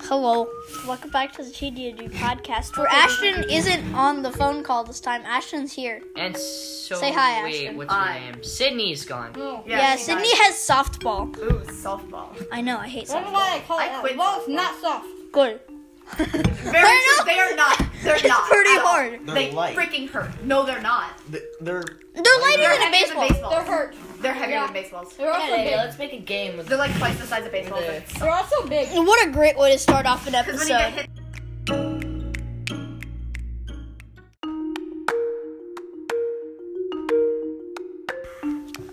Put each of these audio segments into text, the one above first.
Hello. Welcome back to the TDD podcast, where Ashton isn't on the phone call this time. Ashton's here. And so Say hi, wait, Ashton. what's her Hi. name? Sydney's gone. Mm, Yeah, Sydney has softball. Ooh, softball. I know, I hate Don't softball. lie, call I it out. quit Well, it's softball. not soft. Good. Very I know. true. They are not. They're It's not. pretty at all. hard. They're they light. freaking hurt. No, they're not. Th- They're They're lighter They're than a heavier baseball. than baseballs. They're hurt. They're heavier Yeah. than baseballs. They're also Hey, big. let's make a game with They're like twice the size of baseballs. Yeah. They're also big. What a great way to start off an Because when you get episode. hit,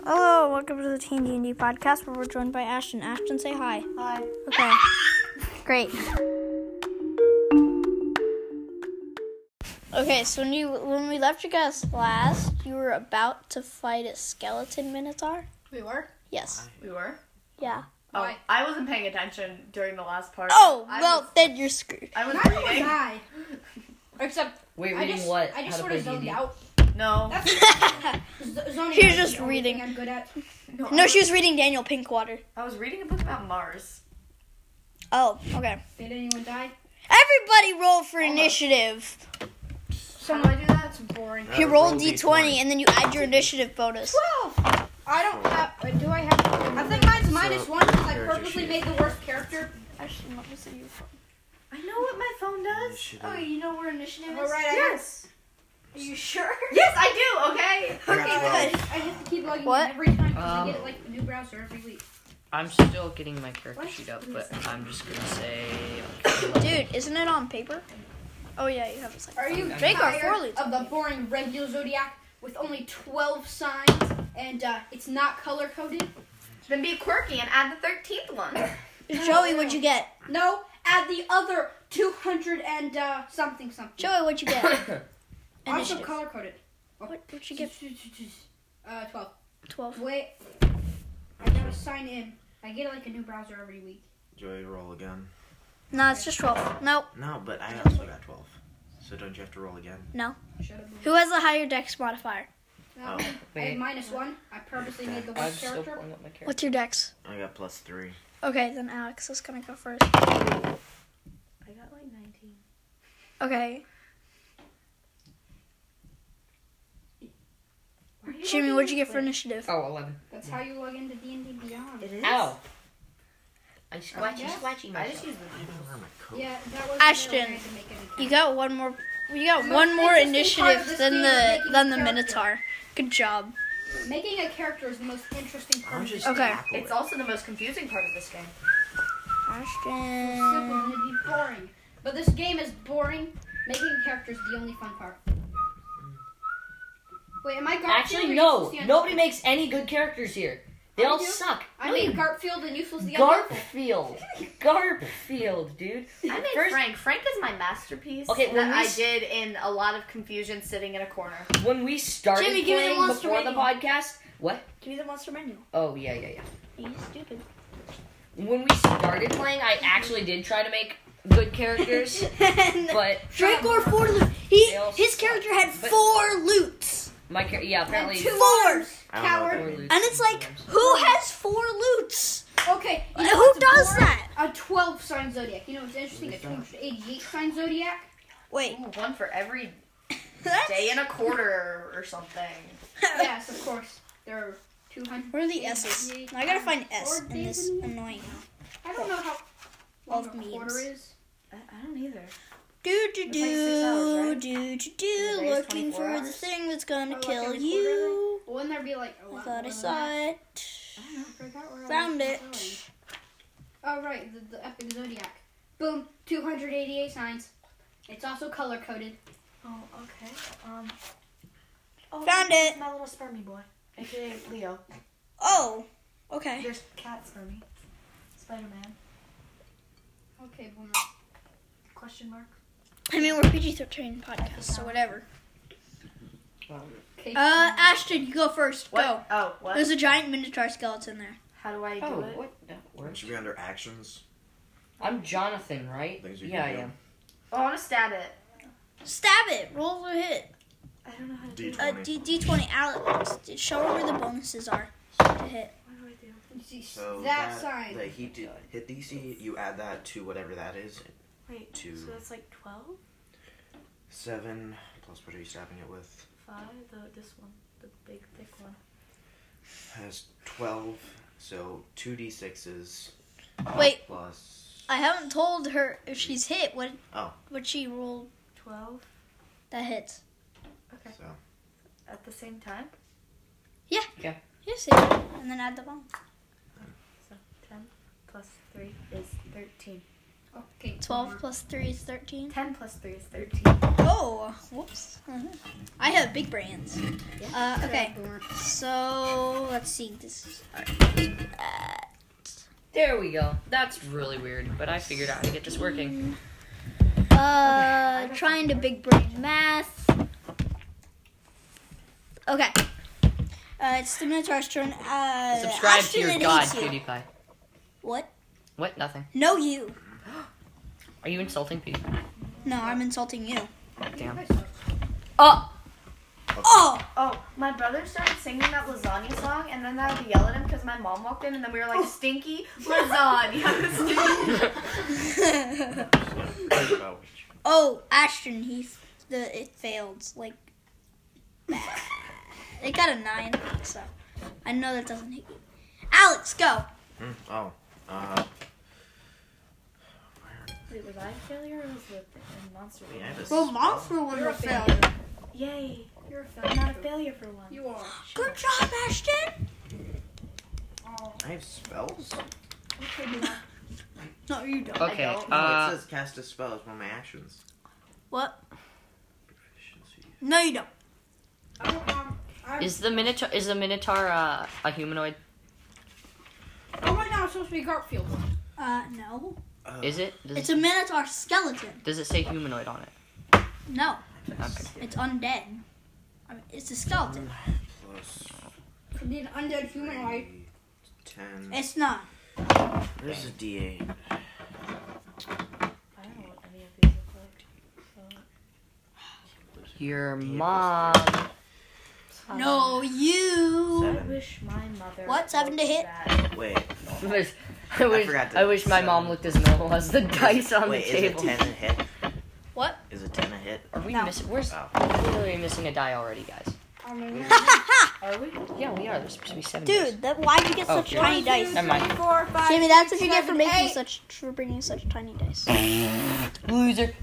Hello, welcome to the Teen D&D podcast, where we're joined by Ashton. Ashton, say hi. hi. Okay. Great. Okay, so when you when we left you guys last, you were about to fight a skeleton minotaur. We were. Yes. We were. Yeah. Oh, Why? I wasn't paying attention during the last part. Oh I well, was- then you're screwed. I was Neither was reading. I. Except Wait, I reading just what? I just How sort to of play zoned DD? out. No. That's z- zoning She was out is just the only reading. thing I'm good at. No. I No, was- she was reading Daniel Pinkwater. I was reading a book about Mars. Oh, okay. Did anyone die? Everybody roll for initiative. How do I do that? That's boring. You Uh, roll roll d20 D20. and then you add your initiative bonus. Twelve. I don't have. uh, Do I have? I think mine's minus one because I character purposely sheet. made the worst character. Ashton, let me see your phone. I know what my phone does. Initiative. Oh, you know where initiative is? All right, I yes. Are you sure? Yes, I do. I Okay. got Okay. 12. I have to keep logging What? in every time because Um, I get like a new browser every week. I'm still getting my character What? sheet up, but I'm just gonna say. Dude, isn't it on paper? Oh yeah, you have it. signed. Are you Drake or tired Forley of the boring regular zodiac with only 12 signs and uh, it's not color coded? Then be quirky and add the thirteenth one. Joey, what'd you get? No, add the other 200 and uh, something something. Joey, what'd you get? also Initiative. color coded. What, what'd you get? Uh, 12. Twelve. Wait. I gotta sign in. I get like a new browser every week. Joey roll again. No, it's just twelve. No. No, but I also got twelve. So don't you have to roll again? Should have moved Who has a higher dex modifier? that Oh. one. I Wait. had minus one. I purposely made the I'm worst still character. pulling up my character. What's your dex? I got plus three. Okay, then Alex is gonna go first. I got like nineteen. Okay. Why are you Jimmy, looking what'd you get this for way? initiative? Oh, 11. That's how you log into D&D Beyond. It is. Ow! I squatchy, yeah? squatchy I just myself. use the I don't wear my coat. Yeah, that was Ashton, You got one more. You got one more initiative than the than the Minotaur. Good job. Making a character is the most interesting part. I'm of just Okay. tackle It's it. also the most confusing part of this game. It's simple and Ashton. it'd be boring. But this game is boring. Making a character is the only fun part. Wait, am I Garfield? or Actually, Useless no. the Unhelpful? Nobody makes any good characters here. They I all do. suck. I No, mean you- Garfield and useless the Unhelpful. Garfield. Garfield, dude. I made First- Frank. Frank is my masterpiece. Okay, when that we I s- did in a lot of confusion, sitting in a corner. When we started Jimmy, give me the playing monster before the manual. podcast, what? Give me the monster manual. Oh yeah, yeah, yeah. You stupid. When we started playing, I actually did try to make good characters, but Drake or four loots. He They all his suck, character had but- four loots. my char- yeah apparently two Four. I don't know what that Coward. means. And it's like, who has four loots? Okay, you know Who what's does boring? that? A 12 sign zodiac. You know what's interesting? A 288 sign zodiac. Wait. Ooh, one for every That's, day and a quarter or something. yes, of course. There are 200. where are the S's? I gotta find S in this annoying. I don't know how long Of a quarter memes. is. I, I don't either. Do do It's like six hours, do do right? do do. And the day is Looking 24 for the hours. thing that's gonna Or like kill every quarter, you. Well, wouldn't there be like a I lot thought I more than saw that? it. I forgot where I Found was it. going. Oh right, the, the epic zodiac. Boom, 288 signs. It's also color coded. Oh, okay. Um. Oh, Found it. My little spermy boy, aka Leo. Oh. Okay. There's cat spermy. Spider Man? Okay, boomer. Question mark. I mean, we're PG thirteen podcast, so whatever. Okay. Uh, Ashton, you go first. What? Go. Oh, what? There's a giant minotaur skeleton there. How do I do Oh, it? what? That It works. should be under actions. I'm Jonathan, right? Things you Yeah, I can do. am. Oh, I want to stab it. Stab it. Roll a hit. I don't know how to do D it. Uh, twenty. D D twenty. Alex, show her where the bonuses are to hit. What do I do? You See, So that, sign. The heat d- hit DC, you add that to whatever that is. Wait, Two. so that's like 12? 7 plus what are you stabbing it with? 5? The, this one. The big, thick one. Has 12. So 2d6s Wait, plus. I haven't told her if she's hit. What? Oh. What she rolled 12? that hits. Okay. So At the same time? Yes, it. And then add the bomb. 10 plus 3 is 13. okay. Twelve plus three is thirteen. 10 plus 3 is 13. Oh, whoops. Mhm. I have big brains. Uh, okay. Boomer. So let's see. This is There we go. That's really weird, but I figured out how to get this working. Uh, trying to big brain math. Okay. Uh, it's the Minotaur's turn. Uh, Subscribe Ashton, to your it god, hates you. PewDiePie. What? What? Nothing. No, you. Are you insulting PewDiePie? No, I'm insulting you. Damn. Oh, Oh, my brother started singing that lasagna song, and then I had to yell at him because my mom walked in, and then we were like, stinky lasagna. about which. oh, Ashton, he f- the it failed like. bad. it got a nine, so I know that doesn't hit you. Alex, go. Hmm, Oh. Uh, Wait, was I a failure or was the monster? I mean, I have a Well, monster was a failure. Yay, you're a failure. not a failure for one. You are. Good job, Ashton. I have spells? No, you don't. Okay. I don't. No, Uh, it says cast a spell as one of my actions. What? Proficiency. No, you don't. I don't, um, I, is the minotaur is the minotaur uh, a humanoid? oh, right now it's supposed to be Garfield. Uh, no. Uh, Is it? Does, It's a Minotaur skeleton. does it say humanoid on it? No. Okay. It's undead. I mean, it's a skeleton. Plus Could be an undead human life. three, ten. It's not. There's a D8. I don't know what any of these look like. Your Yeah, mom. Oh. No, you. Um, I Seven. wish my mother. What's having to looked hit? that- Wait. I wish, I wish, forgot to- I wish my mom looked as normal as the dice on Wait, the is a table. ten a hit? What? Is a ten a hit? Are we No. missing? Where's? Oh. Are we missing a die already, guys? I mean, Are we? Yeah, we are. There's supposed to be seven. dice. Dude, that, why'd you get Oh, such here. tiny dice? Never mind. four, five, Jamie, that's what you get for seven, making eight. such for bringing such tiny dice. Loser.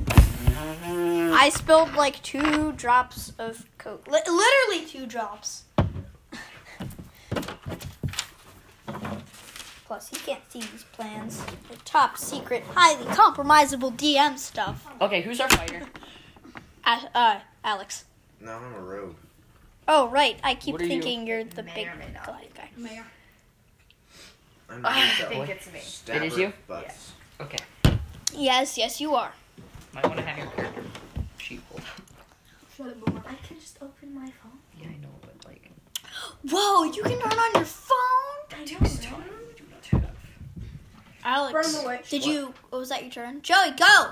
I spilled like two drops of coke. Li- literally two drops. Plus, he can't see these plans. They're top secret, highly compromisable DM stuff. Okay, who's our fighter? Ash- uh, Alex. No, I'm a rogue. Oh right, I keep What are you? thinking you? are the May big or may not guy. guy. Mayor. I'm Ah, just I a I think Boy. it's me. stabber It is you? of butts. Okay. Yes, yes, you are. Might want to have your character sheet pulled. Shut up, Boomer. I can just open my phone. Yeah, I know, but like. Whoa, you can turn on your phone. I don't know. Alex, Burn away. did you? oh, was that your turn? Joey, go.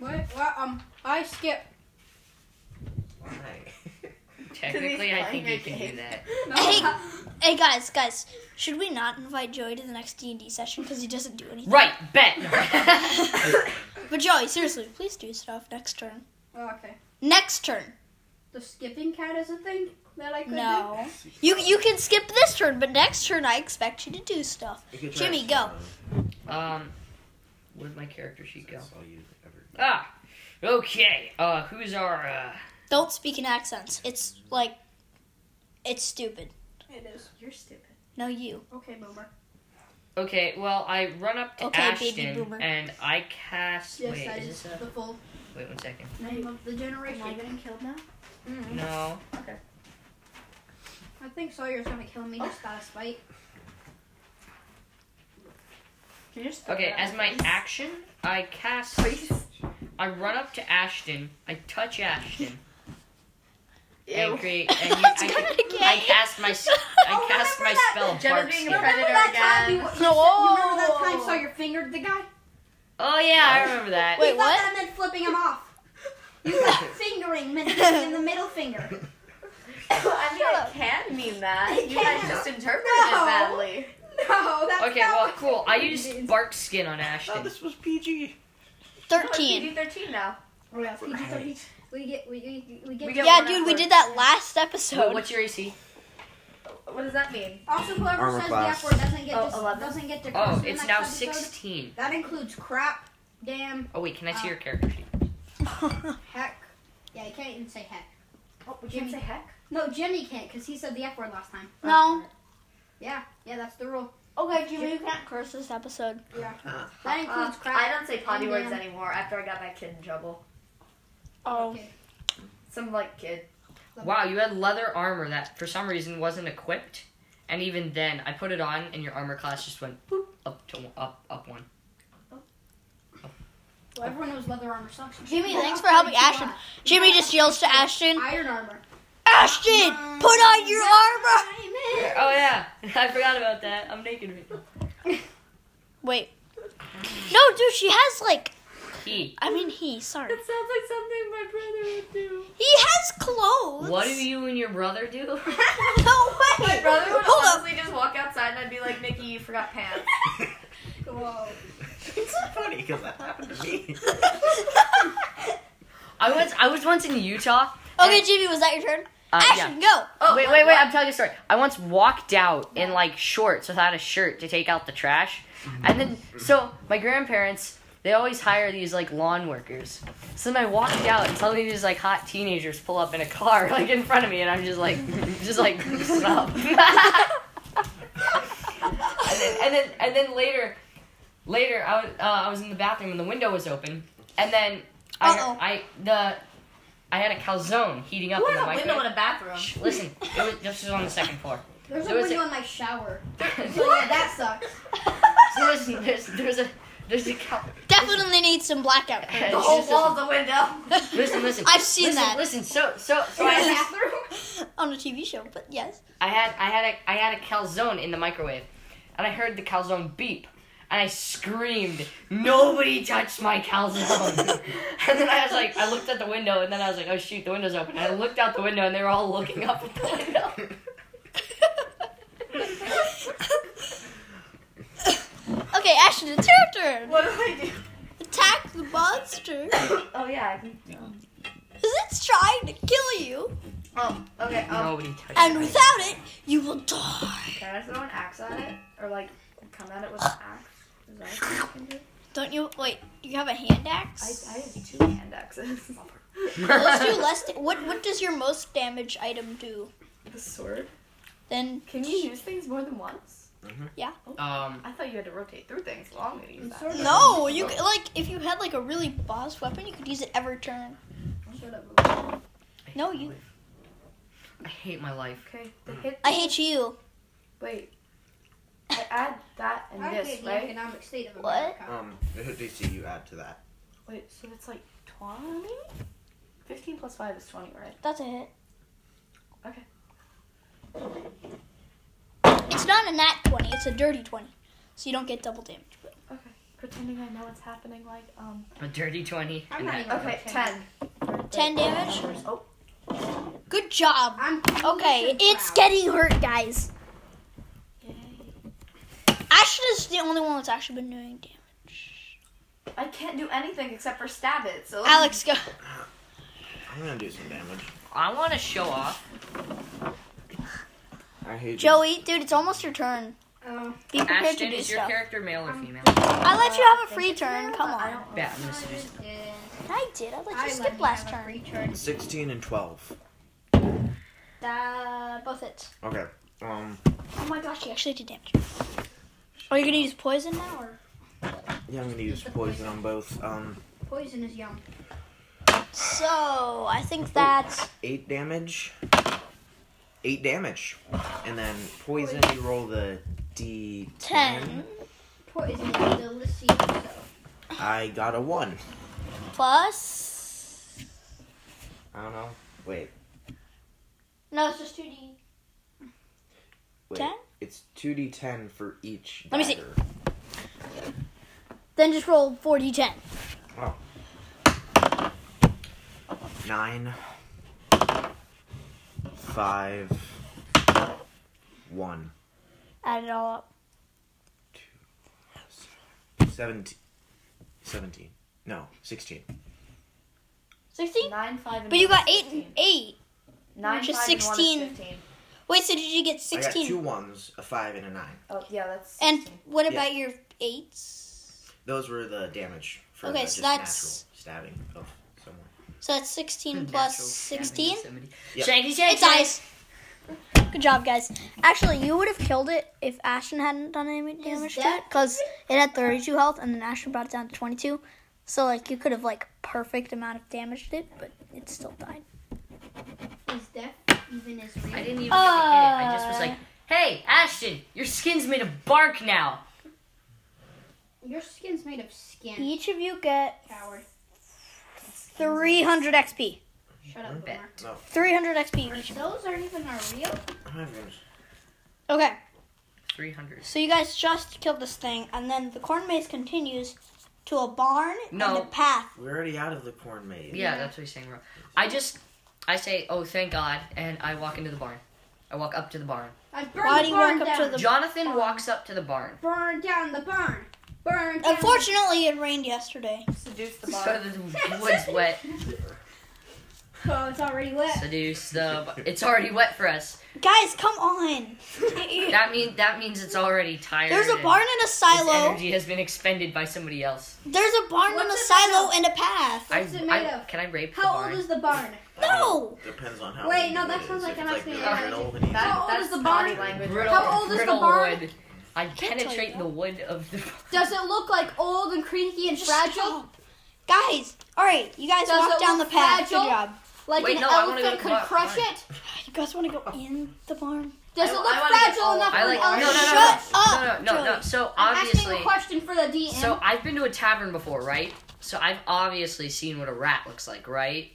What? Well, um, I skip. Why? Technically, I think you can do that. Hey, hey, guys, guys, should we not invite Joey to the next D and D session because he doesn't do anything? Right, bet. But Joey, seriously, please do stuff next turn. Oh, okay. Next turn. The skipping cat is a thing that I could do. No, you you can skip this turn, but next turn I expect you to do stuff. You could try Jimmy, a go. um, where'd my character sheet go? That's all you ever. Ah, okay. Uh, who's our uh? Don't speak in accents. It's like, it's stupid. It is. You're stupid. No, you. Okay, Boomer. Okay, well, I run up to Okay, Ashton baby boomer. and I cast. Yes, wait, that is is this a? the full Wait one second. name of the Am I generation. getting killed now? Mm. No. I think Sawyer's gonna kill me just out of spite. Can you just Okay, as my act. action, I cast. I run up to Ashton. I touch Ashton. And create. And you, That's I, gonna ca- get I you. cast my. s- I cast my spell. Jenna bark being a spell. predator again. that time you, you, No. said- you remember that time Sawyer fingered the guy? Oh yeah, I remember that. Wait, you what? thought that meant flipping him off. You got fingering meant giving him the middle finger. I mean, Shut it up. can mean that. You guys can't. just interpreted No. it badly. No. Okay, well, cool. I used bark skin on Oh, Ashton. this was PG. Thirteen. PG-13 now. Oh, yeah, PG Right. We get, we, we, we get. We get- Yeah, dude, we did that last Well, episode. what's your AC? What does that mean? Also, whoever Armor says class. the F word doesn't get, Oh, dis- 11. doesn't get to curse Oh, in the it's next now episode. 16. That includes crap, damn, Oh, wait, can I see Uh, your character sheet? heck. Yeah, you can't even say heck. Oh, we can't say heck. No, Jimmy can't because he said the F word last time. No. Yeah, yeah, that's the rule. okay, Jimmy, you can't curse this episode. That Uh, includes crap. I don't say potty and words damn. anymore after I got that kid in trouble. Oh, Okay. Some like kid. Wow, you had leather armor that for some reason wasn't equipped. And even then, I put it on and your armor class just went boop up to up up one. Well, everyone knows leather armor sucks. Jimmy, Well, thanks I'll for helping tell you Ashton. what. Jimmy just yells to Ashton. Iron armor. Ashton, put on your armor. Oh yeah, I forgot about that. I'm naked right now. Wait. No, dude, she has like. He, I mean, he. Sorry. That sounds like something my brother would do. He has clothes. what do you and your brother do? No way. My brother would Hold up. honestly just walk outside and I'd be like, Mickey, you forgot pants. Whoa. It's so funny because that happened to me. I was I was once in Utah. Okay, Jimmy, was that your turn? Uh, yeah. Ashton, go. Oh, wait, what- wait, wait! what? I'm telling you a story. I once walked out in like shorts without a shirt to take out the trash, and then so my grandparents they always hire these like lawn workers. So then I walked out and suddenly these like hot teenagers pull up in a car like in front of me, and I'm just like just like stop. and, then, and then and then later later I was uh, I was in the bathroom and the window was open, and then I Uh-oh. I the I had a calzone heating up Who in has the a window microwave. in a bathroom? Shh, listen, it was, this was on the second floor. There's a There was window a- in my shower. So so yeah, that sucks. listen, there's, there's a there's a cow. Definitely need some blackout. The The whole wall's a window. Listen, listen. I've seen listen, that Listen, so so so In I my had, bathroom. on a TV show, but yes. I had I had a I had a calzone in the microwave, and I heard the calzone beep, and I screamed, "Nobody touched my calzone!" and then I was like, I looked at the window, and then I was like, "Oh shoot, the window's open!" And I looked out the window, and they were all looking up at the window. okay, Ashton, it's your turn. What do I do? Attack the monster. Oh, yeah, I can. Because it's trying to kill you, Oh, okay. Um, Nobody touched. and my- without it, you will die. Can I throw an axe at it? Or, like, come at it with an axe? Is that what you can do? Don't you? Wait, you have a hand axe? I, I have two hand axes. Well, Let's do less. Da- what What does your most damage item do? the sword. Then Can you use things more than once? Um. I thought you had to rotate through things. Well, I'm gonna use that. no, you c- like if you had like a really boss weapon, you could use it every turn. Shut up. No, you. I hate my life. Okay, the hit. I hate you. Wait. I add that and I this, hate the right? economic state of What? America. Um, the hit DC you add to that. Wait, so it's like 20? 15 plus 5 is 20, right? That's a hit. Okay. It's not a nat twenty. It's a dirty twenty, so you don't get double damage. Okay. Pretending I know what's happening, like, um. A dirty twenty. I'm and not that- even Okay, 10. Ten damage. Oh, Good job. I'm Okay, it's proud. getting hurt, guys. yay. Ashton is the only one that's actually been doing damage. I can't do anything except for stab it, so. Alex, go. I'm gonna do some damage. I want to show off. I hate Joey, dude, it's almost your turn. Oh, Be prepared Ashton, to do is your stuff. character male or female? I let you have a free turn. Come I on. don't Yeah, I'm gonna seduce him. yeah. I did. I let I you let skip you last have a turn. free turn. 16 and 12. Uh, both hits. Okay. Um, Oh my gosh, you actually did damage. Are you gonna use poison now or? yeah, I'm gonna use poison on both. Um, Poison is yum. So I Oh. think that's 8 damage. 8 damage. And then poison, you roll the D10. ten Poison is delicious. I got a 1. plus. I don't know. Wait. No, it's just two D. Wait. Ten? It's 2d10 for each. Let me see. dagger. Then just roll four D ten. 9. 5. 1. Add it all up. 2, 17. 17. No, 16. 16? Nine, five, and But you one got is 8 and 15. 8. Nine, which is five, and one 16. 15. Wait, so did you get I got two 16? ones, a five, and a nine. Oh, yeah, that's. And 16. what Yeah. about your 8s? Those were the damage for Okay, the so just that's- natural stabbing of someone. So that's 16 plus 16? Yep. Shanky, shanky. It's ice. Good job, guys. Actually, you would have killed it if Ashton hadn't done any damage to it because it had 32 health, and then Ashton brought it down to 22. So like you could have like perfect amount of damage to it, but it still died. Is death even as I didn't even real? get to hit it. I just was Uh. like, hey, Ashton, your skin's made of bark now. Your skin's made of skin. Each of you get Coward. 300 XP. Shut up, Bet. Boomer. 300 XP. each. Those aren't even our real. I don't have yours. Okay, 300. so you guys just killed this thing, and then the corn maze continues to a barn No. and a path. We're already out of the corn maze. Yeah, that's what he's saying, bro. I just, I say, oh, thank God, and I walk into the barn. I walk up to the barn. I burned Why do the you barn walk up down. to the- Jonathan walks up to the barn. Burn down the barn. Burn down. Unfortunately, it rained yesterday. Seduce the So bottom. the wood's wet. The... Oh, it's already wet. Seduce the. It's already wet for us. Guys, come on. That mean that means it's already tired. There's a and barn and a its silo. energy has been expended by somebody else. There's a barn and a What's it silo made and a path. I, What's it made I, of? can I rape the How barn? old is the barn? No! Depends on how. Wait, old no, it that is. sounds like If an it's like asking really allergy. brittle, then That, easy. old that's is the body barn? language. Brittle- How old is the brittle barn? wood. I tell you penetrate that. the wood of the. Does it look like old and creaky and Just fragile? stop. Guys, alright, you guys Does walk it down the look path. fragile? Good job. Like Wait, an no, I wanna go elephant to could the barn. crush it? You guys want to go Oh. in the barn? Does I- it I look wanna get fragile old. enough I for like. an No, no, elephant? no, Shut no, up, no, no, no, no. Joey. So I'm obviously, asking a question for the DM. so I've been to a tavern before, right? So I've obviously seen what a rat looks like, right?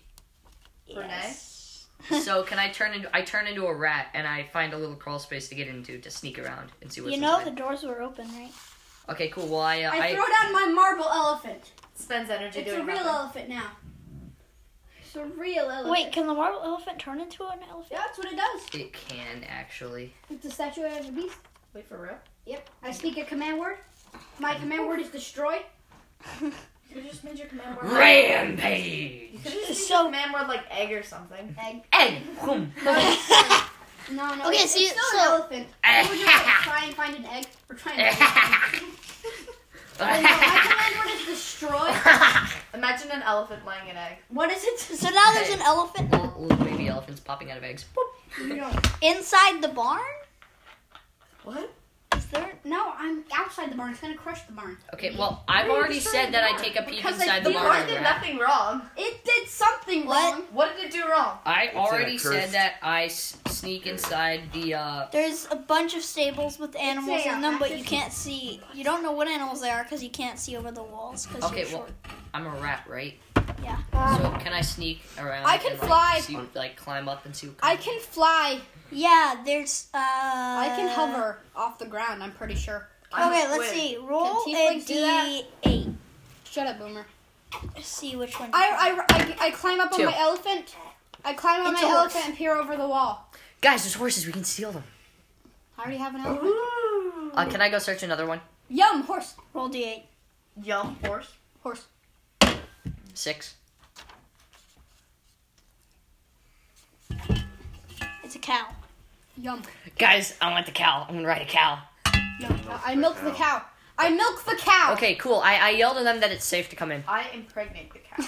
so can I turn into? I turn into a rat and I find a little crawl space to get into to sneak around and see what's You know the inside. doors were open, right? Okay, cool. Well, I, uh, I, I throw down my marble elephant. Spends energy It's a doing real nothing. elephant now. It's a real elephant. Wait, can the marble elephant turn into an elephant? Yeah, that's what it does. it can actually. It's a statue of a beast. Wait, for real? Yep. I speak a command word. My command word is destroy. You just made your command word. Rampage. You could have just made So- your command word like egg or something. Egg. Egg. Boom. No, no, no. Okay, it's, so it's you- still so- an elephant. We're just like, try and find an egg. We're trying to. And no, my command word is destroy. Imagine an elephant laying an egg. What is it? So now there's an elephant little, little baby elephants popping out of eggs. You know. inside the barn? What? Is there? No, I'm outside the barn. It's gonna crush the barn. Okay, well, I've already said that I take a peek Because I inside the think barn. barn and did grab- nothing wrong. It did something What? wrong. What did it do wrong? I It's in a already said cursed- that I s- sneak inside the uh There's a bunch of stables with animals a in them, but you racket. can't see. You don't know what animals they are because you can't see over the walls. 'cause Okay, you're well, short. I'm a rat, right? Yeah. So can I sneak around? I can and, like, fly. see- like climb up and see. What I comes- can fly. Yeah, there's. Uh, I I can hover off the ground. I'm pretty sure. Okay, I'm- let's wait. see. Roll a tieflings do that? d8. Shut up, Boomer. See which one. I I, I, I climb up Two. on my elephant. I climb on It's my a horse. elephant and peer over the wall. Guys, there's horses. We can steal them. I already have an elephant. Uh, can I go search another one? Yum, horse, roll d8. Yum, horse. horse. Six. It's a cow. Yum. Guys, I want the cow. I'm gonna ride a cow. Yum. I milk the cow. I milk the cow. Okay, cool. I, I yelled at them that it's safe to come in. I impregnate the cow.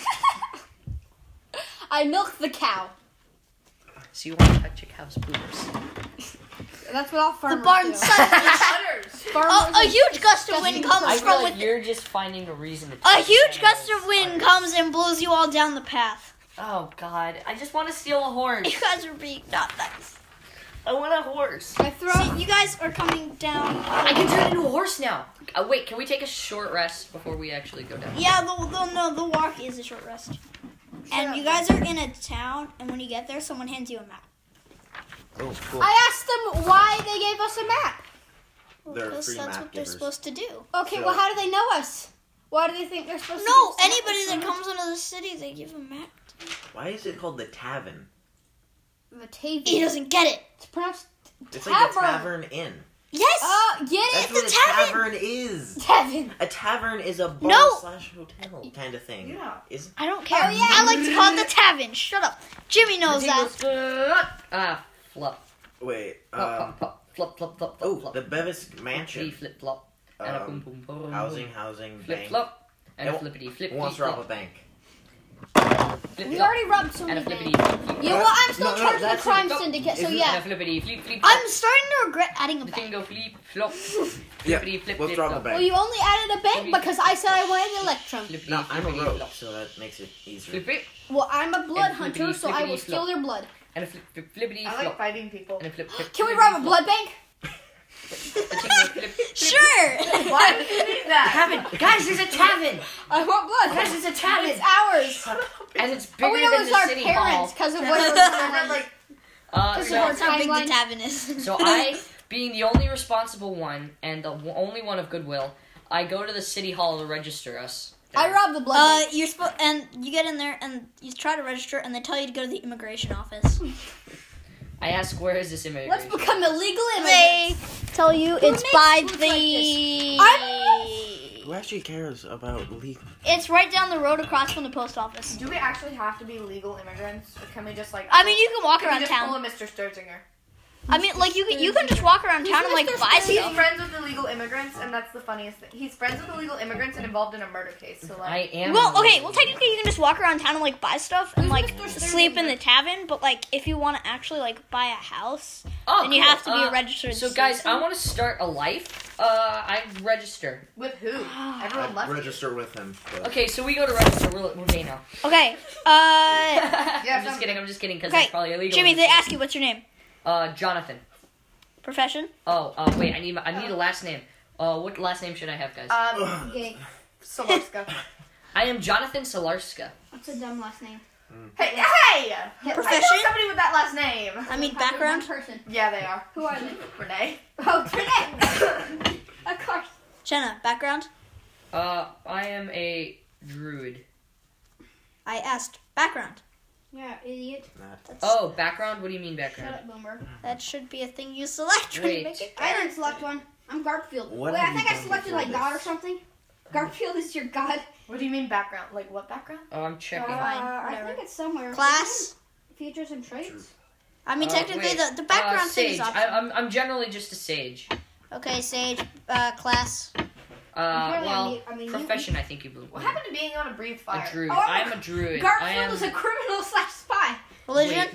I milk the cow. So you want to touch a cow's boobs? That's what all farmers The barn do. suddenly. Utters. Farmers a, a are- huge gust of wind I comes feel from like with. you're just finding a reason to. A touch huge animals. gust of wind comes and blows you all down the path. Oh God! I just want to steal a horse. You guys are being not nice. I want a horse. I throw. See, you guys are coming down. I can turn into a horse now. Uh, wait, can we take a short rest before we actually go down? Yeah, the, the, no, the walk is a short rest. And you guys are in a town, and when you get there, someone hands you a map. Oh, cool. I asked them why they gave us a map. They're Because free that's map what they're givers. supposed to do. Okay, So- well, how do they know us? Why do they think they're supposed to? No, give us a map? anybody that comes into the city, they give a map. Why is it called the tavern? The TV. He doesn't get it. It's pronounced It's like a Tavern. tavern inn. Yes. Oh, get That's it? It's what a a tavern. tavern is. is. Devin. A tavern is a bar No. slash hotel kind of thing. You know. Is I don't care. Oh, yeah. I like to call it the tavern. Shut up. Jimmy knows that. Ah, flop, wait. flop, Um, flop, flop, flop, flop, flop, oh, flop. the Bevis Flippity Mansion. flip flop and a boom Um, boom boom. housing, housing, Flip bank. flop and a Nope. flippity Who flippity. wants to rob a flop, bank? flippity We flop, already robbed so and many a flippity. banks. flip, You know flop, what? I'm still No, no, charged with that's- crime flip, syndicate, so and a yeah. flippity flip flip. flop. I'm starting to regret adding a The bank. thing go flip flop. Yeah, Flippity flip let's flip rob a flop. bank. Well, you only added a bank because I said I wanted an electrum. Flippity No, I'm a flippity rogue, flop. so that makes it easier. Flip it Well, I'm a blood And hunter, flippity, so I will flippity steal flop. their blood. and a flip flip flippity I like flop fighting people. and a flip flip. Can we rob a blood bank? Sure. Why would you need that? Tavern, guys, there's a tavern. I want blood. Guys, there's a tavern, It's ours. and it's bigger Oh wait, than it was the our city parents hall. because of what it Remember, was. like, Uh, This is so- our how big the timeline. tavern is. So I, being the only responsible one and the w- only one of goodwill, I go to the city hall to register us. I robbed the blood Uh, bank. you're supposed and you get in there and you try to register and they tell you to go to the immigration office. I ask, where is this image? Let's become illegal They immigrants. tell you Who it's makes by food like the. I'm- Who actually cares about legal? It's right down the road across from the post office. do we actually have to be legal immigrants? Or can we just like? I mean, you can walk can we around just pull a town. Mr. Sturzinger. I mean, like you can you can just walk around town and like buy He's stuff. friends with illegal immigrants, and that's the funniest thing. He's friends with illegal immigrants and involved in a murder case. So I like, am. Well, okay. Well, technically, you can just walk around town and like buy stuff and Who's like Mr. Sterling? sleep in the tavern. But like, if you want to actually like buy a house, Oh, then you cool. have to be Uh, a registered. So, guys, I citizen. want to start a life. Uh, I register. with who? Oh, Everyone I'd left. register with him. but- Okay, so we go to register. We're, we're gay now. okay. Uh, Yeah, I'm some- just kidding. I'm just kidding because Okay, it's probably illegal. Jimmy, they ask you what's your name, Uh, Jonathan. profession. Oh, uh, wait. I need my, I need a last name. Uh, what last name should I have, guys? Um, Ugh. Gay. Solarska. I am Jonathan Solarska. That's a dumb last name. hey, hey! I Profession? know somebody with that last name. I mean, Probably background. One person. Yeah, they are. Who are they? Renee. Oh, today. of course. Jenna, background. Uh, I am a druid. I asked background. Yeah, idiot. That's, Oh, background? What do you mean Shut background? up, boomer. That should be a thing you select when you Wait. make it. I didn't select one. I'm Garfield. What Wait, have I you think I done selected before like God or this? something. Garfield is your God. What do you mean background? Like what background? Oh, I'm checking. Fine, Uh, I whatever. think it's somewhere. Class. Features and traits. I mean, Uh, technically, wait. the, the background uh, sage. thing is I, optional. I'm I'm generally just a sage. okay, Sage. Uh, class. Uh, Apparently, well, I mean, you- profession. I think you blew. What happened to being able to breathe A fire? druid. Oh, I am a druid. I Garfield am is a criminal slash spy. Religion.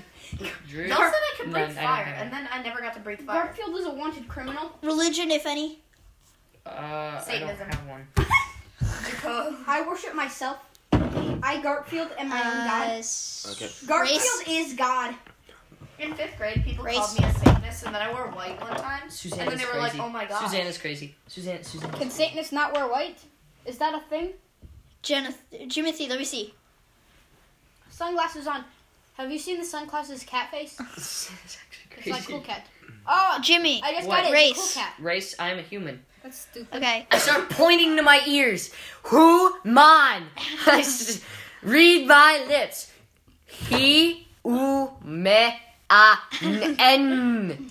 druid. Y'all said I could No, breathe I don't fire, think I- and then I never got to breathe fire. Garfield is a wanted criminal. Religion, if any. Uh, I don't Satanism. have one. Uh. I worship myself. I Garfield am my own Uh, God. s- Okay. Garfield race. is God. In fifth grade, people Race. called me a Satanist, and then I wore white one time, Suzanne and then is they were crazy. like, "Oh my god." Suzanne is crazy. Suzanne. Suzanne. Can Satanists not wear white? Is that a thing? Jenna, Jimothy, let me see. Sunglasses on. Have you seen the sunglasses cat face? Suzanne is actually It's crazy. like cool cat. Oh, Jimmy. I just What? got it. It's Race. Cool cat. Race. I am a human. That's stupid. Okay. I start pointing to my ears. Who man? I s- read my lips. He u me a n.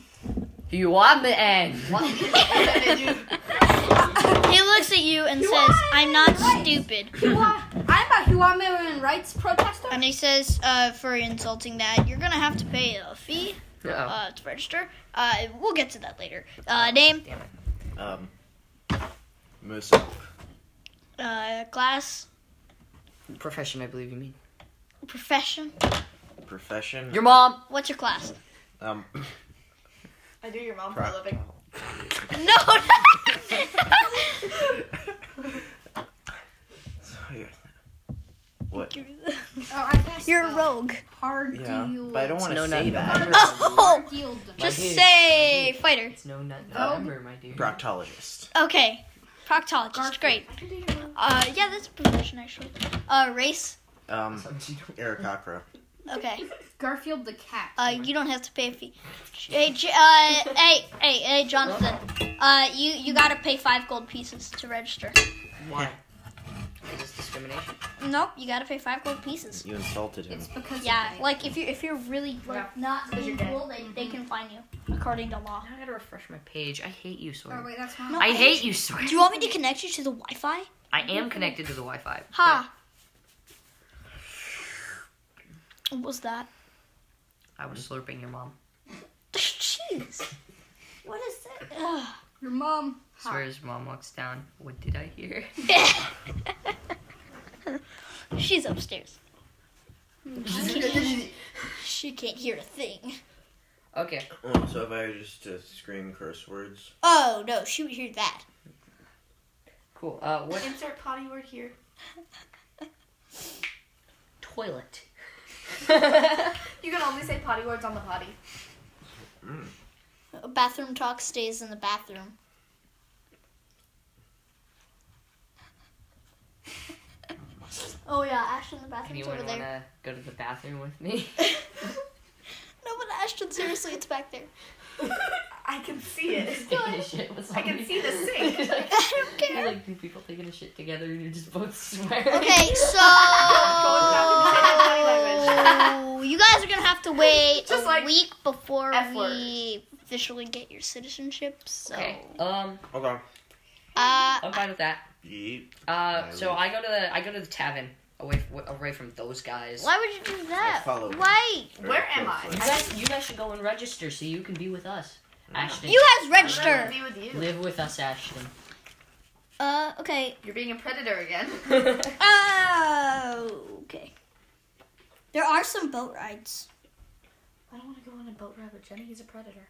You are me n. He looks at you and You says, are "I'm not right." stupid," Hua- I'm a human rights protester. and he says, uh, "For insulting that, you're gonna have to pay a fee Oh, uh, to register. Uh, we'll get to that later. Uh, name, Um. Musa. uh, class, profession, I believe you mean. profession. Profession. Your mom. What's your class? Um. I do your mom for a pro- living. No. no. Sorry. What? Oh, I guess you're a the rogue. hard Yeah, deal. but I don't want No, to say not- that. Oh, Hard deal. just dude. say fighter. It's no nut Vogue. November, my dear. Proctologist. Okay, proctologist. Great. Uh, yeah, that's a profession actually. Uh, race. Um. Something- Eric Cockro. Okay. Garfield the cat. Uh, you don't have to pay a fee. Hey, J- uh, hey, hey, hey, Jonathan. Uh, you you gotta pay five gold pieces to register. Why? Is this discrimination? Nope, you gotta pay five gold pieces. You insulted him. It's because Yeah, of my- like if you if you're really like Yeah, not because being you're dead. cool, Mm-hmm. they, they can find you according to law. Now I gotta refresh my page. I hate you, Sawyer. Oh wait, that's not. No. I hate you, Sawyer. Do you want me to connect you to the Wi-Fi? I am connected to the Wi-Fi. Ha. What was that? but I was slurping your mom. Jeez. What is that? Ugh. Your mom. Sawyer's mom walks down. What did I hear? She's upstairs. She can't hear a thing. Okay. Oh, so if I was just to scream curse words, Oh no, she would hear that. Cool. Uh, what Insert potty word here. toilet? You can only say potty words on the potty. Bathroom talk stays in the bathroom. oh yeah, Ashton, the bathroom's Anyone over there. wanna go to the bathroom with me? No, but Ashton, seriously, it's back there. I can see it. Taking a shit with I can somebody. see the sink. It's like, I don't you're care. like two people taking a shit together and you're just both swearing. Okay, so Go you guys are gonna have to wait Just a like week before F word. we officially get your citizenship. So, Okay. Um, okay. uh, I'm fine with that. Yeet. Uh, so Alright. I go to the I go to the tavern away from, away from those guys. why would you do that? follow. Why? Where am I? You guys, you guys should go and register so you can be with us, Mm. Ashton. You guys I'd rather register. be with you. live with us, Ashton. Uh, okay. You're being a predator again. Oh, okay. There are some boat rides. I don't want to go on a boat ride with Jenny. He's a predator.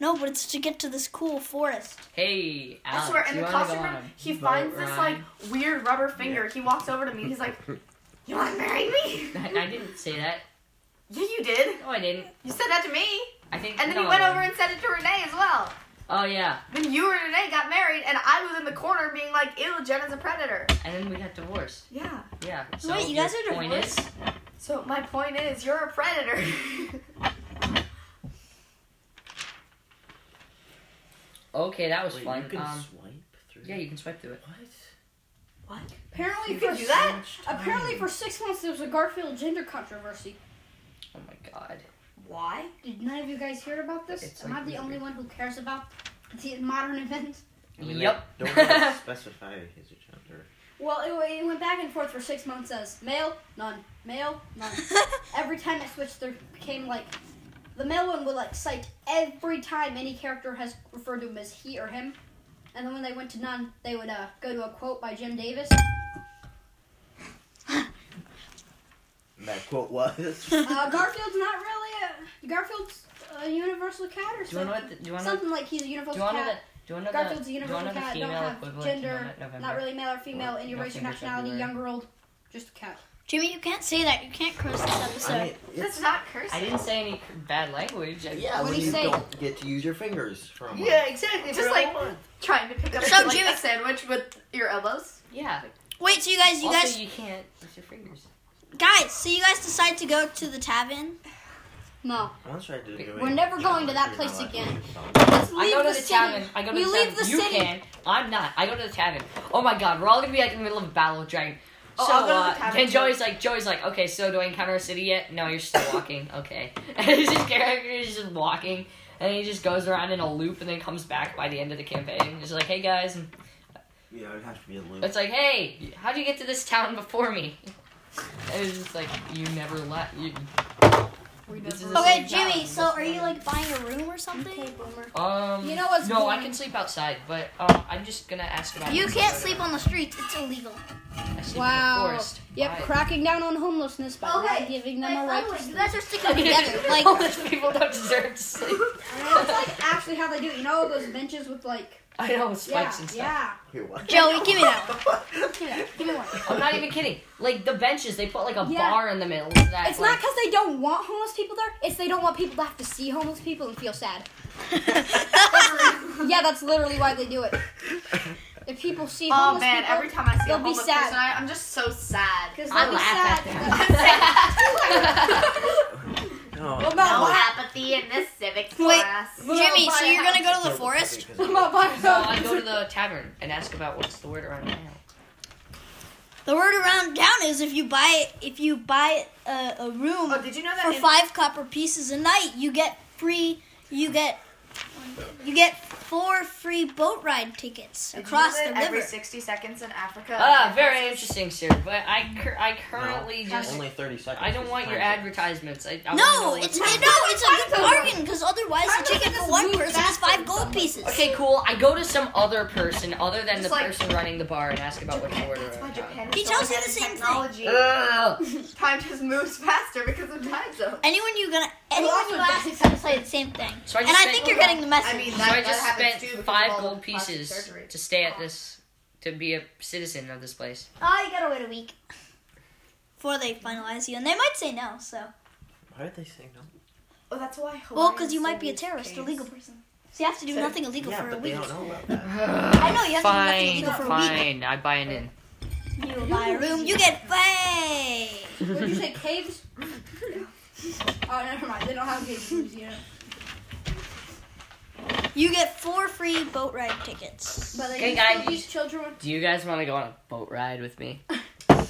No, but it's to get to this cool forest. hey, Alex, I swear, in you the wanna go costume on room, a he boat finds this like ride? weird rubber finger. He walks over to me. He's like, "You want to marry me?" I, I didn't say that. Yeah, you did. No, I didn't. You said that to me, I think. and then no, you I went didn't. over and said it to Renee as well. Oh yeah, Then you and Renee got married, and I was in the corner being like, "Ew, Jenna's a predator." and then we got divorced. Yeah. Yeah. So Wait, you guys your are point divorced? is- So my point is, you're a predator. okay, that was Wait, fun. you can um, swipe through. yeah, you can swipe through it. What? Apparently You for can do that? apparently for six months there was a Garfield gender controversy. Oh my god. Why? Did none of you guys hear about this? It's Am like I the really only big. one who cares about the modern event? I mean, they Yep. Don't really specify his gender. Well, it, wa- it went back and forth for six months as male, none, male, none. every time I switched, there became like the male one would like cite every time any character has referred to him as he or him, and then when they went to none, they would uh, go to a quote by Jim Davis. That quote was. Uh, Garfield's not really a Garfield's a universal cat or Do you wanna know what? something. The, do you wanna? something like he's a Do you universal wanna know cat. the? Do you wanna know the? Garfield's a do you wanna universal know the cat. Don't female have equivalent gender, to November? not really male or female, and your Not race, your gender, nationality, February. young or old, just a cat. Jimmy, you can't say that. You can't curse this episode. I mean, That's it's, not cursing. I didn't say any c- bad language. I- yeah, when do you you say? don't get to use your fingers for a month. Yeah, exactly. Just like trying to pick up So, like, Jimmy- a sandwich with your elbows. Yeah. Wait, so you guys, you also, guys, you can't use your fingers. guys, so you guys decide to go to the tavern. No, Once I did do We're it, never yeah, going to that you're place not allowed again. do it. let's leave I go to the, the, city. tavern. I go to we the leave tavern. the you city. can. I'm not. I go to the tavern. Oh my god, we're all gonna be like in the middle of a battle with dragon. Oh, so I'll go to the uh, tavern and too. Joey's like, Joey's like, okay, so do I encounter a city yet? No, you're still walking. okay, and his character is just walking, and he just goes around in a loop, and then comes back by the end of the campaign. He's like, hey guys, and Yeah, it would have to be a loop. it's like, hey, how'd you get to this town before me? And it's just like you never left. You, this is the Okay, same Jimmy. town. So are you like buying a room or something? Okay, boomer. Um, You know what's no, I boring? can sleep outside, but uh, I'm just gonna ask about. You my can't brother. sleep on the streets. It's illegal. I sleep in the Wow. forest. Yep, Why? cracking down on homelessness by Okay, not giving them a right. oh, You guys are sticking together. Like, homeless people don't deserve to sleep. That's like actually how they do it. You know those benches with like I know spikes yeah, and stuff. yeah. Here, what? Joey, give me that. Give me that. Give me one. I'm not even kidding. Like the benches, they put like a Yeah. bar in the middle of that. It's not like, because they don't want homeless people there. It's they don't want people to have to see homeless people and feel sad. yeah, that's literally why they do it. If people see Oh homeless man, people, every time I see a they'll be homeless sad. person, I, I'm just so sad. because I they'll be laugh at sad. them. that- No. What about No black? apathy in this civics Wait. class. Jimmy, so you're gonna go to the No, forest? because What of- uh, about black? So I go to the tavern and ask about what's the word around town. The word around town is if you buy if you buy a, a room Oh, did you know that? for in- five copper pieces a night, you get free. You get you get four free boat ride tickets did you know across that the every river. 60 seconds in Africa. Ah, very interesting, sir. But I, cur- I currently just. Only 30 seconds. I don't want your Time's up. advertisements. I, I wanna know No, what's it's going it, no, it's a good bargain because otherwise the ticket for one person is five gold pieces. Okay, cool. I go to some other person other than Just the like- person running the bar and ask about what you order. That's why Japan is He so tells you ahead the in same thing. technology. Ugh. Time just moves faster because of time zone. Anyone you gonna anyone also you ask is gonna say the same thing, So I and just I spent, think you're getting the message. I mean, so that, I that just happens spent too. because of five all the gold plastic pieces surgery. to stay at this to be a citizen of this place. oh, you gotta wait a week before they finalize you, and they might say no. So, Why did they say no? Oh, that's why. well, Hawaii's because you so might be a weak terrorist, case. illegal person. So you have to do So- nothing illegal yeah, for a but they week. don't know about that. I know, you have to fine, be nothing for a week. fine. I buy an You buy a room, you get paid. Would you in. say caves? oh, never mind. They don't have caves in Louisiana. You get four free boat ride tickets. But they Okay, can still guys. use children. Do you guys want to go on a boat ride with me?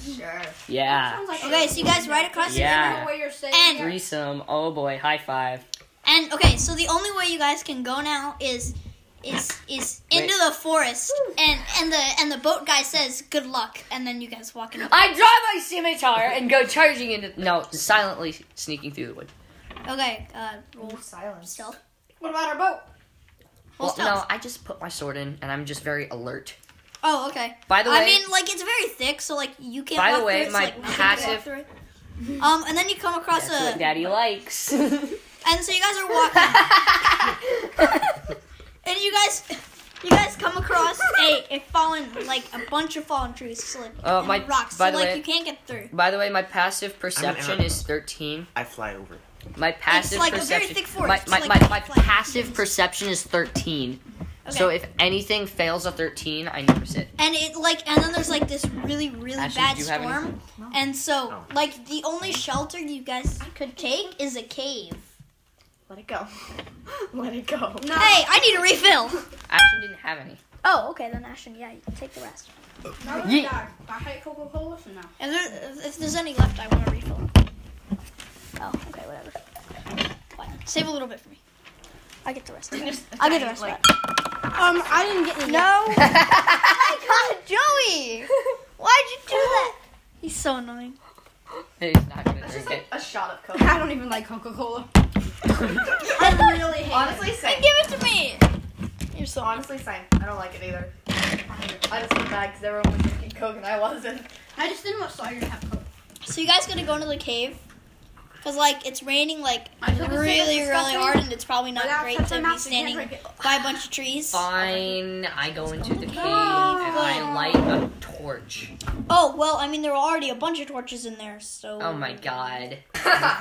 Sure. Yeah. Sounds like Okay, so you guys ride across Yeah. the river. I don't know where you're staying. And- yet. Threesome. Oh boy. High five. And okay, so the only way you guys can go now is is is into the forest and and the and the boat guy says good luck and then you guys walk in. I draw my scimitar and go charging into. No, silently sneaking through the wood. Okay, uh roll Roll silence. stealth. What about our boat? Roll Well, stealth. no, I just put my sword in and I'm just very alert. Oh, okay. By the way, I mean like it's very thick, so like you can't By walk the way, through it, so, my like, nothing can passive- walk through it. Um and then you come across that's what a Daddy likes. and so you guys are walking and you guys you guys come across a, a fallen like a bunch of fallen trees, so like Uh, and my- rocks. by so the like way- you can't get through. By the way, my passive perception arrow. is 13. I fly over. My passive like a very perception. thick forest. My, It's my, like my, a my flat- passive perception is 13. Okay. So if anything fails a 13, I notice it. and it like and then there's like this really really Ashley, bad do you have storm and so No. like the only shelter you guys could take is a cave Let it go. Let it go. No. hey i need a refill Ashton didn't have any. oh okay then ashton yeah you can take the rest Now we're Ye- gonna die. I hate Coca Cola, so no. and there, if- if there's any left i want a refill oh okay whatever Fine. save a little bit for me i get the rest of it. i'll get the rest of it Um, I didn't get any. no i got joey why'd you do that he's so annoying He's not gonna drink That's just it. like a shot of Coke. I don't even like Coca Cola. i really Honestly, same. give it to me you're so honest Honestly, same. I don't like it either. I just went back because everyone was drinking Coke and I wasn't. I just didn't want Sawyer to have Coke. So you guys gonna go into the cave? Cause like it's raining like I took a really sip of really something. hard, and it's probably not Without great touching to my be mouth, you can't standing drink it. by a bunch of trees. Fine, I go into the cave and I light a torch. Oh well, I mean there were already a bunch of torches in there, so. Oh my god.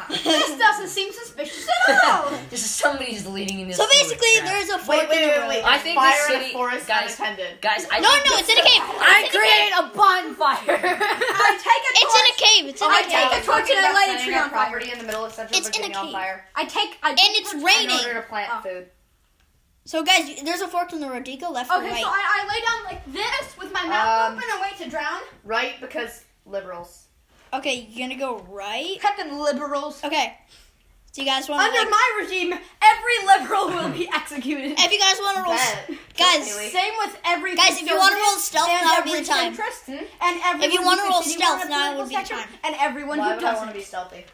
This doesn't seem suspicious at all. This is somebody's leading in this. Oh. so sewer basically, trap. there's a Wait, fork wait, wait, in the wait. road. I think Fire this in a city- forest guys- unattended. Guys, I No, think no, this- it's in a cave. It's in I a cave. create a bonfire. I take a It's in a cave. It's in Oh, I a take cave. a torch and I that's light a setting tree up on fire. property in the middle of central It's in a Virginia on cave. fire I take. I And it's in order raining. to plant Oh. food. So guys, you- there's a fork in the road. Do you go left or Okay, right? so I, I lay down like this with my Um, mouth open and wait to drown. Right? Because liberals. okay, you're gonna go right. Fucking liberals. Okay. Do you guys want to? Under Like, my regime, every liberal will be executed. if you guys want to roll, s- Bet. guys, Haley. Same with every. Guys, if you wanna roll conservative stealth, and now would be every the time. centrist And everyone If you wanna who roll thinks anyone stealth, in a now would be the political sector time. And everyone Why who would I want doesn't. to be stealthy?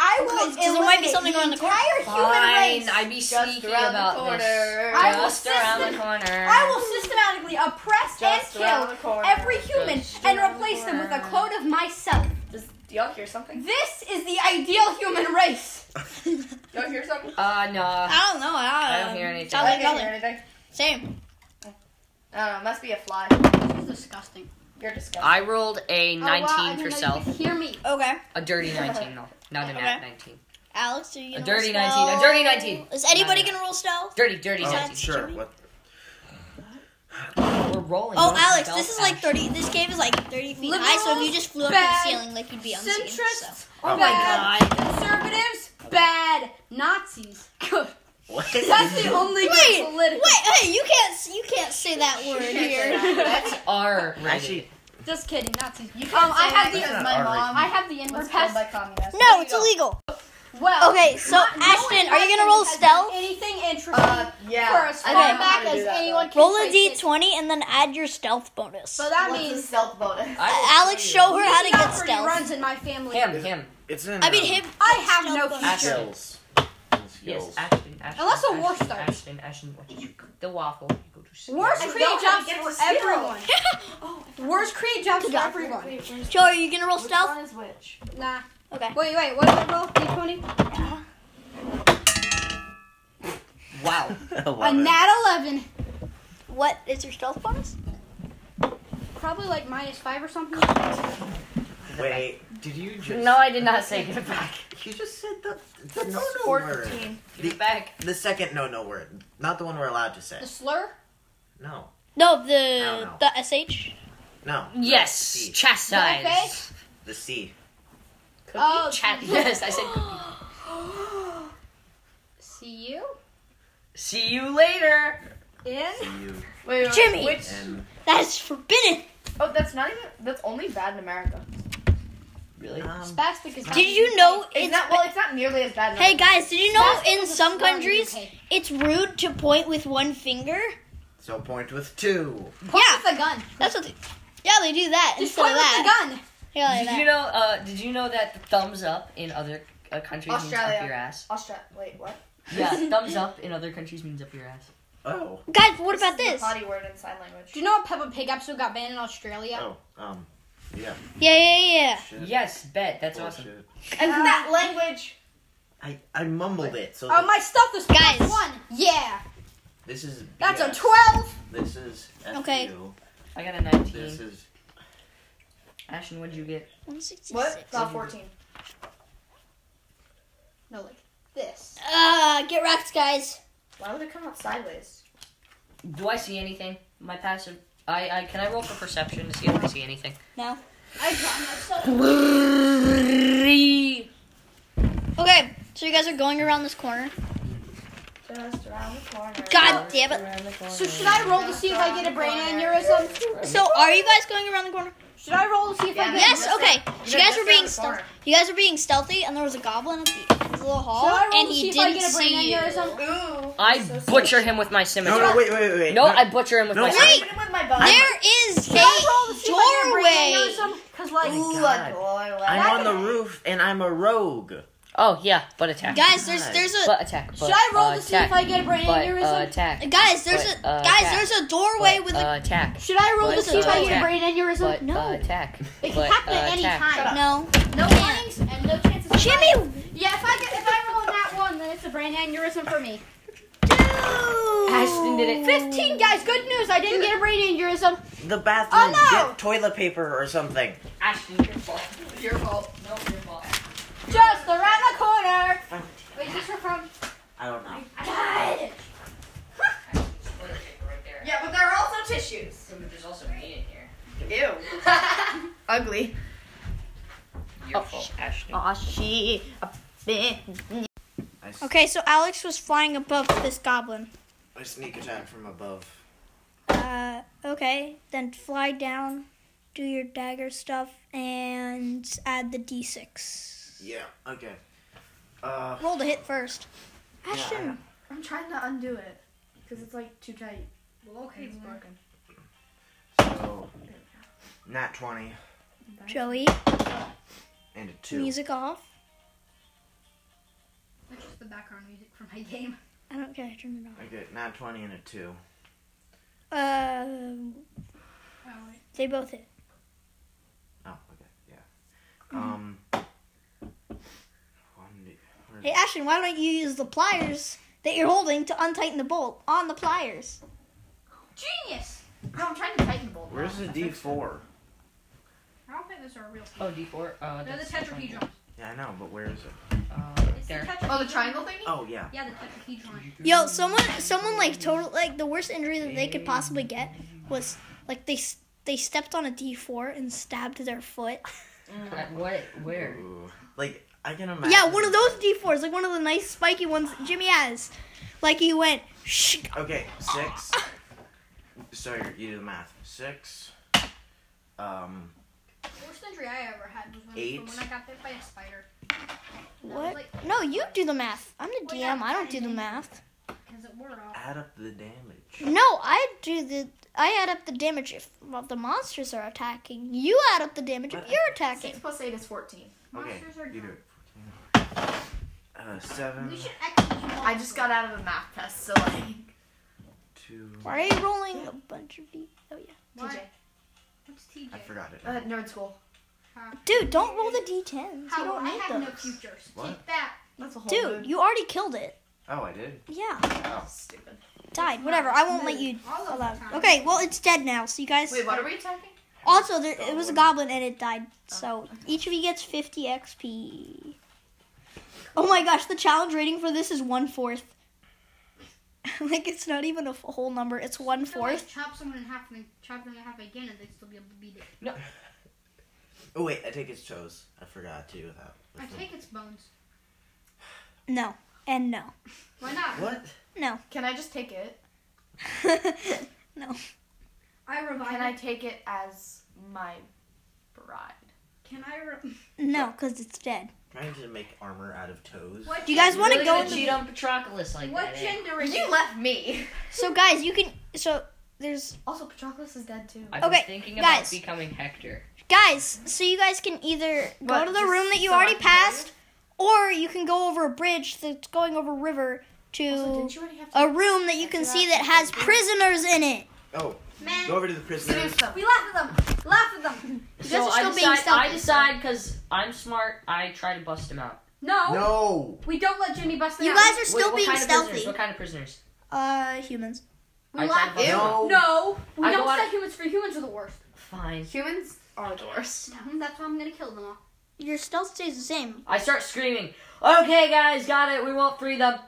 I will Because there might be eliminate something the around the corner. entire human Fine, race. I be Just sneaky around the about corner. this. I will Just around the system- corner. I will systematically oppress Just around and the kill corner. every human Just and around the replace them with a corner. clone of myself. Does, do y'all hear something? This is the ideal human race. Do y'all hear something? Uh, no. I don't know. I, I don't hear anything. sound I like didn't hear nothing. anything. Same. I don't know. it Must be a fly. This is disgusting. You're disgusting. I rolled Oh, a 19 for self. Hear me. Okay. A dirty 19, though. Not a nat Okay. 19. Alex, are you A gonna dirty roll 19. A stealth? dirty 19. Is anybody No, no, gonna roll stealth? Dirty, dirty Oh, 19. sure. Jimmy? What? We're rolling. Oh, We're Alex, belt this is like action. 30. This cave is like 30 feet high, so if you just flew up to the Liberals, ceiling, like you'd be unseen. So. Centrists, Oh my bad. Conservatives, bad. Nazis, good. What? That's the only Wait, good political. Wait, hey, you can't you can't say that word here. That's R rated. Actually, Just kidding. Not to you. Um, I have have the That's not my our mom. I have the was inward killed pass. by communists. No, it's illegal. Well, Okay, so not knowing Ashton, are you gonna roll has done stealth? Anything interesting Uh, yeah. for as I far don't know how back to do as that, anyone though. can Roll a trace it. d20 and then add your stealth bonus. So that What's the means stealth bonus? I will Alex, show you. show her how to get mediocrity runs stealth. in my family. Him, him. It's in. I mean, um, him. I have no stealth future. bonus. Ashton. Skills. And Yes, Skills. Ashton, Ashton. Unless a Ashton, war starts. Ashton, Ashton, what did you cook? The waffle. You go to sleep. Worst I create don't jobs get for to steal. everyone. Worst create jobs Good for job. everyone. Joe, are you gonna roll stealth? is which? Nah. Okay. Wait, wait. What did I roll? D twenty. Wow. A Eleven. nat eleven. What is your stealth bonus? Probably like minus five or something. Wait, did you just? No, I did not say give it back. You just said the the no no word. Give it back. The second no no word, not the one we're allowed to say. The slur. No, No, don't the know. the sh. no. Yes, The C. chastise. The C. Cookie? Oh, Chat- Jesus. yes, I said. cookie. See you See you later. in. U Wait, wait, Jimmy. Which? N. That is forbidden. Oh, that's not even. That's only bad in America. Really? Um, Spastic is. not Did you UK. know It's it's? not. Well, it's not nearly as bad. In Hey guys, did you know Spastic in is a some slur in the countries UK. it's rude to point with one finger? so point with two. Point Yeah. with a gun. That's what. They, yeah, they do that Just instead point of with a that. gun. Yeah, like Did you that. know? Uh, did you know that the thumbs up in other uh, countries means Australia. up your ass? Australia. Wait, what? Yeah, thumbs up in other countries means up your ass. Oh, Guys, what about is this? a potty word in sign language. Do you know a Peppa Pig episode got banned in Australia? oh, um, yeah. Yeah, yeah, yeah. Shit. Yes, bet. That's awesome. Bullshit. And Uh, that language. I I mumbled it. So Oh, my stuff is Guys. plus one. Yeah, this is. that's a BS. twelve. This is. F Okay. U. I got a This 19. is. Ashton, what'd you get? One sixty What? six. Not fourteen. No, like this. Uh, get wrecked, guys. Why would it come out sideways? Do I see anything? My passive. I, I can I roll for perception to see if I see anything. No. I draw myself. Three. Okay, so you guys are going around this corner. Just around the corner. God damn it. So should I roll to see if I get a brain aneurysm? So are you guys going around the corner? Should I roll to see if I Yeah. get? Yes. just Okay. You So you know, guys just were around being the stealthy. corner. You guys were being stealthy, and there was a goblin at the end of the little hall, Should I roll and to he see if I didn't get a see brain you. aneurysm? Ooh. I so sad. butcher him with my No, scimitar. no, wait, wait, wait, wait. No, I butcher him with No, my I- scimitar. Wait. Hit him with my bum. There is Should I roll to see if I get a a doorway. brain aneurysm? Cause like, Oh my Ooh, God. a door. I'm on the roof and I'm a rogue. Oh yeah, butt attack. Guys, there's there's a butt attack. Butt, should I roll uh, to see attack. if I get a brain butt, uh, aneurysm? attack. guys there's a But, uh, guys that- there's a doorway Butt, with a uh, attack. Should I roll to But, see if uh, I get a attack. brain aneurysm? But, no. uh, attack. It can But, happen uh, at any attack. time. no. No Yeah. warnings and no chances. of Jimmy, Yeah, if I get if I roll that one, then it's a brain aneurysm for me. Ashton did it. Fifteen guys, good news! I didn't get a brain aneurysm. The bathroom. Oh, no! Get toilet paper or something. Ashton, your fault. Your fault. No, your fault. Just around the corner. Wait, is this your phone? I don't know. God. Yeah, but there are also tissues. There's also me in here. Ew. Ugly. Your fault, Ashton. Oh, I, s- Okay, so Alex was flying above this goblin. I sneak attack from above. Uh, okay, then fly down, do your dagger stuff, and add the d6. Yeah. Okay. Uh. Roll to hit first. Ashton, I'm trying to undo it because it's like too tight. Well, okay, it's broken. So. Nat twenty Joey, and a two. music off. Which is the background music for my game? I don't care, turn Okay. Nat twenty and a two. it off. Uh, they both hit. Oh. Okay. Yeah. Mm-hmm. Um. One, d- where is Hey, Ashton, why don't you use the pliers that you're holding to untighten the bolt on the pliers? Genius. No, I'm trying to tighten the bolt. Where's the D four? I don't think those are real. Oh, D4. Uh, They're the that's tetrahedrons. Yeah, I know, but where is it? Uh, It's there. the Oh, tetrahedron. the triangle thingy? Oh yeah. Yeah, the tetrahedron. Yo, someone, someone like total like the worst injury that they could possibly get was like they s- they stepped on a D4 and stabbed their foot. Uh, What? Where? Ooh. Like I can imagine. Yeah, one of those D4s, like one of the nice spiky ones that Jimmy has. Like he went, shh. Okay, six. Sorry, you do the math. Six Um, Worst injury I ever had was when, Eight. when I got bit by a spider. And I was What? like, No, you do the math. I'm the Well, yeah, DM. I don't do the math. Cause it wore off. add up the damage. No, I do the. I add up the damage if well, the monsters are attacking. You add up the damage if you're attacking. Six plus eight is fourteen. Okay, Monsters are you do dumb. it. Uh, seven, We should actually. do I just got out of a math test, so like. two. Why are you rolling a bunch of d? Oh yeah. What? TJ. What's TJ? I forgot it. Uh, nerd school. Dude, don't roll the d10s. How you don't I need have those. no futures. What? Take that. That's a whole Dude, you already killed it. Oh, I did. Yeah, Oh, Stupid. died. Whatever. I won't let you. All of the Allow. time. Okay, well it's dead now. So you guys. Wait, what are we attacking? Also, there, it Oh. was a goblin and it died. So each of you gets 50 XP. Oh my gosh, the challenge rating for this is one fourth. like it's not even a f- whole number. It's one So, like, fourth. Chop someone in half and then chop them in half again, and they'd still be able to beat it. oh wait, I take its toes. I forgot to do that. I take its bones. No, and no, Why not? What? no, Can I just take it? no. I revive. Can I it. take it as my bride? Can I? Re- No, because it's dead. Trying to make armor out of toes. what? Do you guys want to really go gonna into? cheat on Patroclus like What that? eh? gender is You left me. So guys, you can. So there's Also, Patroclus is dead too. I've Okay, been thinking guys. about becoming Hector. guys. So you guys can either go What, to the just room that you so I already can go? passed, or you can go over a bridge that's going over a river to. Also, didn't you already have to a room that you can see that has prisoners in it. Oh, Man, go over to the do prisoners. something? we laugh at them. Laugh at them. guys so are I still being decide, I stealthy. decide because I'm smart. I try to bust him out. No, No. we don't let Jimmy bust them You out. guys are Wait, still what being kind Of stealthy. prisoners? what kind of prisoners? Uh, humans. We I laugh. tried to- Ew. No. No, we I don't go out- set humans free. Humans are the worst. Fine. Humans are the worst. That's why I'm gonna kill them all. Your stealth stays the same. I start screaming. Okay, guys, got it. We won't free them.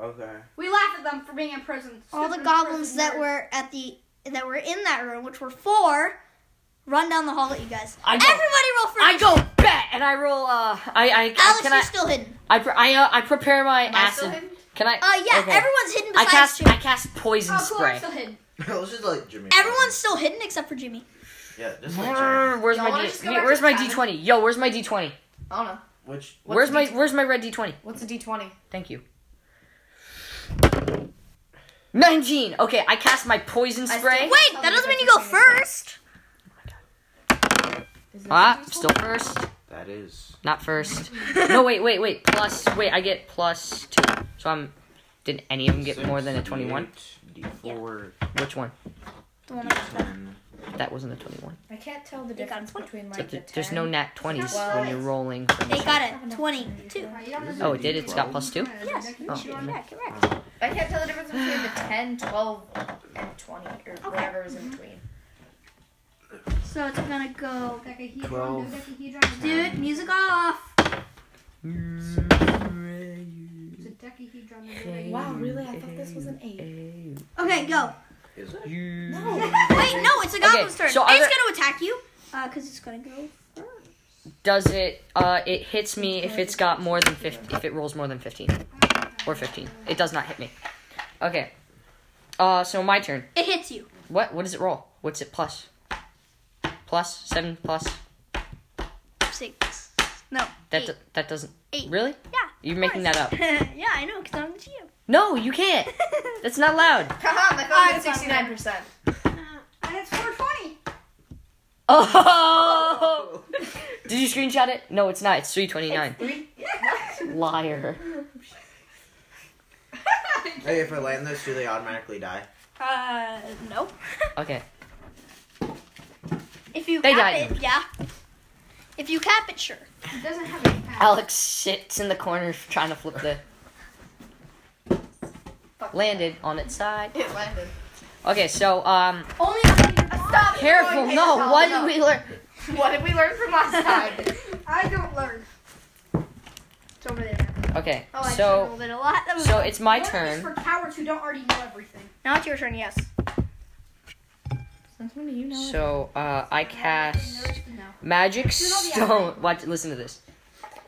Okay. We laugh at them for being in prison. All the Stupid goblins prison that words. were at the that were in that room, which were four, run down the hall at you guys. I go. Everybody roll for I go bet and I roll. Uh, I I Alex, can you're I still hidden. I pre- I, uh, I prepare my Am I still acid. hidden? Can I? Uh, yeah, okay. everyone's hidden I besides cast Jimmy. I cast poison Oh, cool. I'm spray. still hidden. Let's just let Jimmy. Everyone's still hidden except for Jimmy. Yeah. Just let Jimmy. Brr, Where's Y'all my wanna D- just go back Where's to my cabin? D twenty? Yo, where's my D twenty? I don't know. Which? Where's the my D- Where's my red D twenty? What's a D twenty? Thank you. Nineteen. Okay, I cast my poison still- spray. Wait, Tell that me doesn't if mean you I go can see anything. first. Ah, still first. That is. Not first. No, wait, wait, wait. Plus, wait, I get plus two. So I'm. Did any of them get more than a 21? D four. Which one? The one D I- ten. That wasn't a 21. I can't tell the got difference a point. between So like the th- there's no 10. nat 20s Well, when you're rolling. They got a twenty-two. Right, you don't This have is to- Oh, it did? It's got plus two? Yes. Oh, Yeah, correct. I can't tell the difference between the 10, 12, and 20, or whatever is in between. So it's gonna go. Dodecahedron, Twelve. dodecahedron. Dude, music off. It's a decahedron. Wow, really? I thought this was an 8. Okay, go. Is it? No. Wait, no, it's a goblin's turn. so it's other- gonna attack you. Uh, cause it's gonna go. Does it. Uh, it hits me if it's got more than 50. If it rolls more than 15. Or 15. It does not hit me. Okay. Uh, so my turn. It hits you. What? What does it roll? What's it plus? Plus? Seven plus? Six. No. That, eight. do- that doesn't. Eight. Really? yeah. of You're making course. that up. yeah, I know, cause I'm the GM. No, you can't. That's not loud. Haha, my Alright, phone is at 69%. And it's 420. Oh! Did you screenshot it? No, it's not. It's 329. Liar. Hey, if I land this, do they automatically die? Uh, nope. Okay. if you They cap died. it, yeah. If you cap it, sure. It doesn't have any power. Alex sits in the corner trying to flip the. Landed on its side. It landed. Okay, so, um. Only if I your body. Stop! Careful, no, what did we learn? What did we learn from last time? I don't learn. It's over there. Okay, Oh, I should've so. rolled it a lot. That was So it's my Learn is turn. for cowards who don't already know everything. now it's your turn. Yes. So, uh, I cast No. Magic Stone. Watch, listen to this.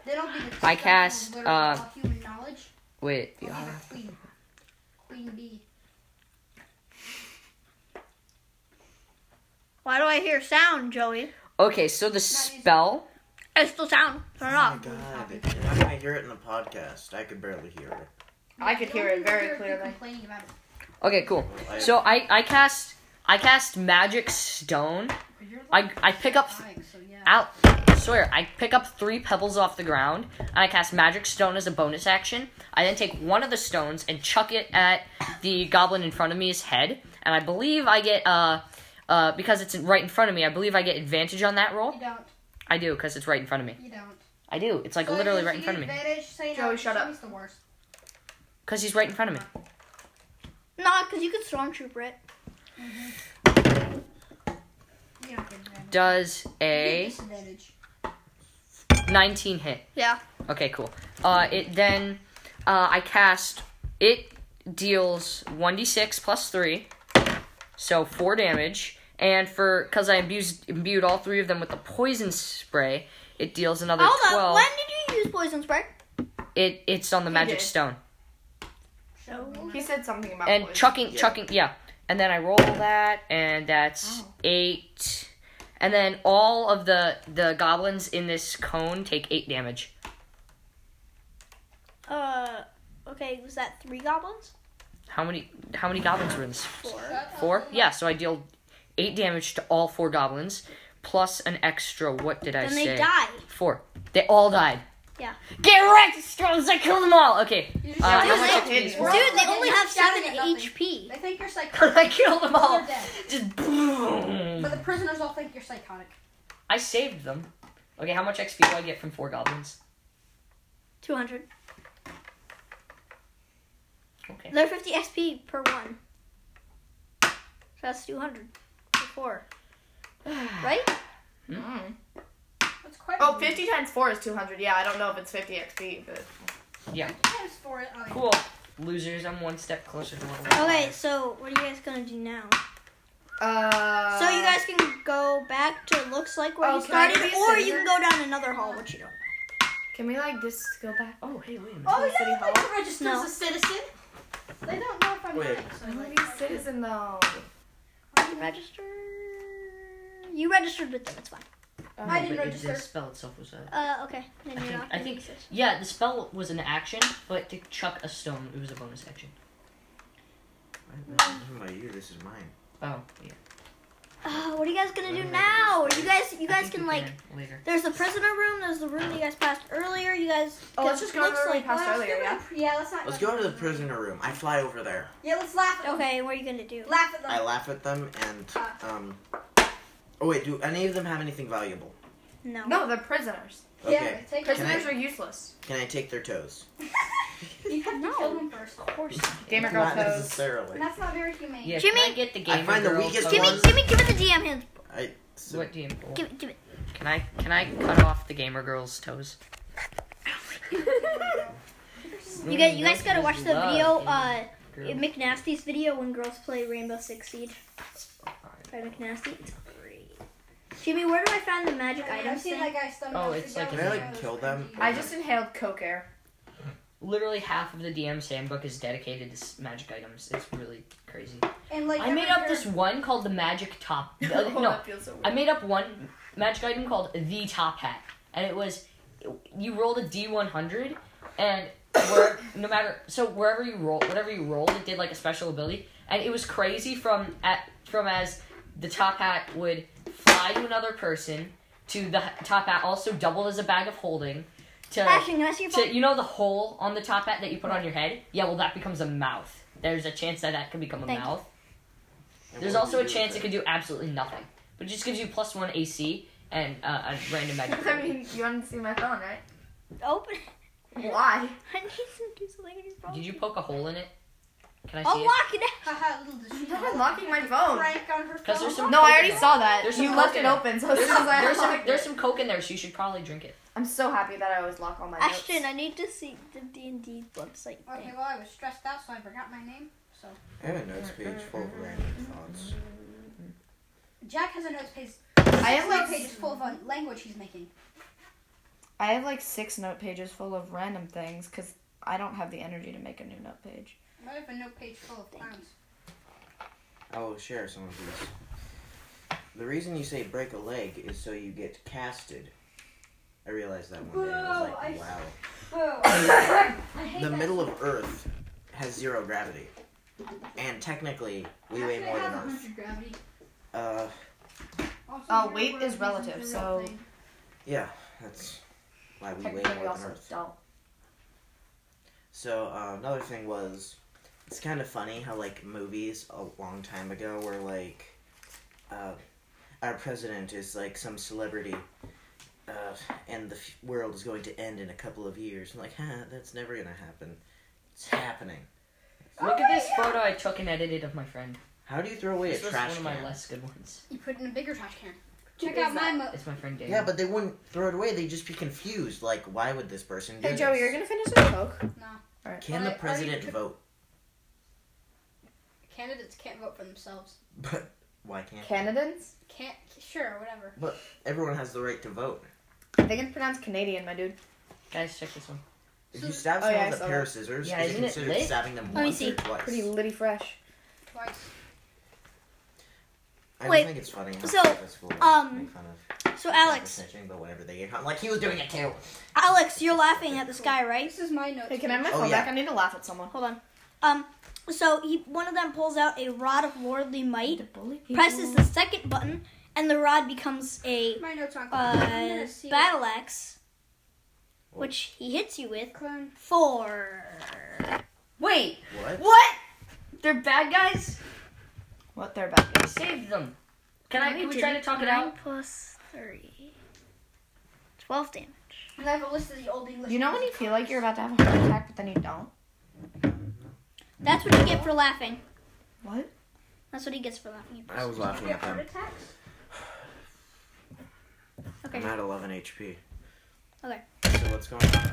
They don't do the I cast, literal uh, human knowledge. Wait. I'll yeah. give it Queen. Queen bee. Why do I hear sound, Joey? Okay, so the spell. It's still sound. Turn it Oh my off. god. You're not gonna hear it in the podcast. I could barely hear it. I could hear it very clearly. Complaining about it. Okay, cool. I- So I I cast I cast magic stone. I I pick up Dying, so yeah. out swear I pick up three pebbles off the ground and I cast magic stone as a bonus action. I then take one of the stones and chuck it at the goblin in front of me's head, and I believe I get uh uh because it's right in front of me. I believe I get advantage on that roll. You don't. I do because it's right in front of me. You don't. I do. It's like So literally you right in front of me get advantage, say Joey, no, shut up. Joey's the worst. because he's right in front of me. Nah, because you could stormtrooper it. You don't get advantage. Does You a get disadvantage. 19 hit? Yeah. Okay, cool. Uh, it then uh, I cast it deals one d six plus three, so four damage. And for because I imbued imbued all three of them with the poison spray, it deals another Hold twelve. up. When did you use poison spray? It it's on the magic did. stone Uh, He said something about and poison. chucking Yeah. chucking yeah. And then I roll that, and that's eight. And then all of the the goblins in this cone take eight damage. Uh, okay. Was that three goblins? How many how many goblins were in this Four. Four? Yeah, so I deal eight damage to all four goblins, plus an extra. What did I Then say? they die. Four. They all died. Yeah. Get wrecked, Scrubs! I killed them all! Okay. You just- Uh, Dude, how much they- XP is Dude, worth? they only have seven Oh. Shouting at nothing. HP. They think you're psychotic. I killed them all! They're dead. Just boom! But the prisoners all think you're psychotic. I saved them. Okay, how much XP do I get from four goblins? Two hundred. Okay. They're fifty XP per one. So that's two hundred for four. Ah. Right? That's quite. Mm. Oh, 50 times 4 is 200. Yeah, I don't know if it's 50 XP, but. times four. Oh, yeah. Cool. Losers, I'm one step closer to level Okay, five. so what are you guys gonna do now? Uh. so you guys can go back to looks like where you oh, can I started, do these or you can scissors? go down another hall, which you don't. Can we, like, just go back? Oh, hey, wait a minute. Oh, City yeah, Hall? like I'm registered No. as a citizen. They don't know if I'm Wait. lying, so I'm like, gonna be a citizen, though. You registered. You registered with them. It's fine. Um, Oh, didn't but it- register. The spell itself was a. Uh, okay. Then you're I think, not. I gonna think use this. yeah, the spell was an action, but to chuck a stone, it was a bonus action. This is my you, this is mine. Oh, yeah. Uh, what are you guys gonna do Maybe now? it's- You guys, you I guys think can we like. later. There's the prisoner room. There's the room that you guys passed earlier. You guys. Oh, let's just go looks over where we like- passed let's earlier, do it. yeah? Yeah, let's not. Let's go to the prisoner room. I fly over there. Yeah, let's laugh at them. Okay, what are you gonna do? Laugh at them. I laugh at them and um. Oh wait, do any of them have anything valuable? No. No, they're prisoners. Okay. Yeah, take Can it. I- Prisoners are useless. Can I take their toes? You have to No. kill them first. Of course. Gamer girl Not toes. necessarily. And that's not very humane. Yeah, Jimmy- can I get the game? find the weakest Give me, Ones- give me, give me the GM hands. I. So, What do you? Give it, give it. Can I can I cut off the gamer girl's toes? You guys, you guys gotta watch the Love video. gamer Uh, girl. McNasty's video when girls play Rainbow Six Siege by McNasty. It's great. Jimmy, where do I find the magic I mean, I've items seen thing? that guy stumble. Oh, up it's the like can gallery I a- and like it kill was them? crazy. I just inhaled coke air. Literally half of the DM's handbook is dedicated to s- magic items. It's really crazy. And like I made every up this one called the magic top. uh, Oh, no, that feels so weird. I made up one magic item called the top hat, and it was you rolled a d one hundred, and where, no matter so wherever you roll, whatever you rolled, it did like a special ability, and it was crazy from at from as the top hat would fly to another person to the h- top hat also doubled as a bag of holding to Ashton, can I see your phone? to you know the hole on the top hat that you put on your head? Yeah, well that becomes a mouth. There's a chance that that could become a Thank you. mouth. And There's what also would a you do chance it with could do absolutely nothing, but it just gives you plus one AC and uh, a random magic. I mean, you want to see my phone, right? Open. it. Why? I need to do something in your phone. Did you poke a hole in it? Can I see I'll it? lock it out. Haha, little did she No, know. I'm locking my Oh. phone. Prank on her 'Cause there's phone. some- No, I already saw that. There's some you left coke in it there. open, so as There's soon as some, I there's, some, unlocked there's it- some coke in there, so you should probably drink it. I'm so happy that I always lock all my notes. Ashton, I need to see the D and D website Okay, thing. well, I was stressed out, so I forgot my name. So I have a notes page full of random thoughts. Jack has a notes page. I have notes like pages full of uh, language he's making. I have like six note pages full of random things because I don't have the energy to make a new note page. I have a note page full of clowns. I will share some of these. The reason you say break a leg is so you get casted. I realized that one day. I was Whoa, like, I- wow. Whoa. I hate The that. middle of Earth has zero gravity. And technically, we weigh Actually, more I than have a Earth. hundred gravity. Uh, Also, Oh, Uh, zero weight is gravity relative, a real so- thing. yeah, that's why we weigh Technically, more than also Earth. dull. So uh, another thing was, it's kind of funny how like movies a long time ago were like, uh, our president is like some celebrity, uh, and the f- world is going to end in a couple of years. I'm like, huh, that's never gonna happen. It's happening. Look at this photo I took and edited of my friend. How do you throw away This a was trash one of my can? less good ones. You put it in a bigger trash can. Check is out my. Mo- It's my friend Dave. Yeah, but they wouldn't throw it away. They'd just be confused. Like, why would this person do Hey, Joey, this? you're gonna finish the Coke? Can Well, the I- I president took- vote? Candidates can't vote for themselves. But why can't? Canadians? Can't. Sure, whatever. Everyone has the right to vote. I think it's pronounced Canadian, my dude. Guys, check this one. If you stab Oh, someone yeah, I with a saw pair that. of scissors, Yeah, is it isn't it considered lit? stabbing them Let me once see. or twice? Pretty litty fresh. Twice. I Wait, just think it's funny how so, people at school um, make fun of So people Alex, for snitching, but whenever they get caught, like he was doing it too. Alex, you're laughing at this guy, right? This is my notes. Hey, can I have my Oh, phone yeah. back? I need to laugh at someone. Hold on. Um, so he one of them pulls out a rod of lordly might, presses the second button, and the rod becomes a my notes on. I'm uh, gonna see battle axe, which he hits you with Clone. for. Wait, What? what? They're bad guys. What they're about. I saved them. Can I? Can we try to talk it Nine out? plus three. Twelve damage. And I have a list of the old English. You know when you feel like you're about to have a heart attack, but then you don't? That's what you get for laughing. What? That's what he gets for laughing. I was laughing at them. attacks? Okay. I'm at 11 HP. Okay. So what's going on?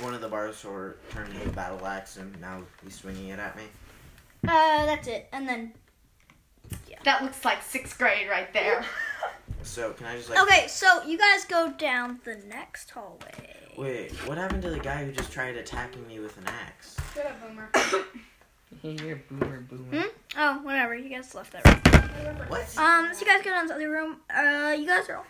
One of the bars or turned into a battle axe, and now he's swinging it at me. Uh, that's it. And then That looks like sixth grade right there. So can I just like? okay, so you guys go down the next hallway. Wait, what happened to the guy who just tried attacking me with an axe? Shut up, Boomer. You're boomer boomer. Oh, whatever. You guys left that room. What? Um, so you guys go down to the other room. Uh, you guys are.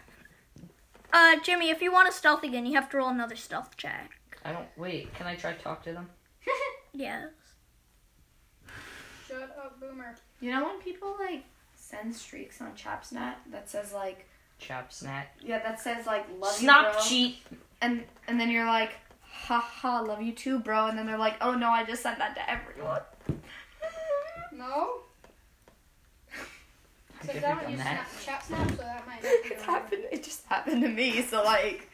Uh, Jimmy, if you want to stealth again, you have to roll another stealth check. I don't. Wait. Can I try to talk to them? Yes. Shut up, Boomer. You know when people like send streaks on Chapsnet that says like Chap snap. yeah that says like love you Snap bro cheat. and and then you're like ha ha love you too bro and then they're like oh no I just sent that to everyone. No. I've So never that done one you that. snap, chat snap, so that might not be it's the happened. It just happened to me. So like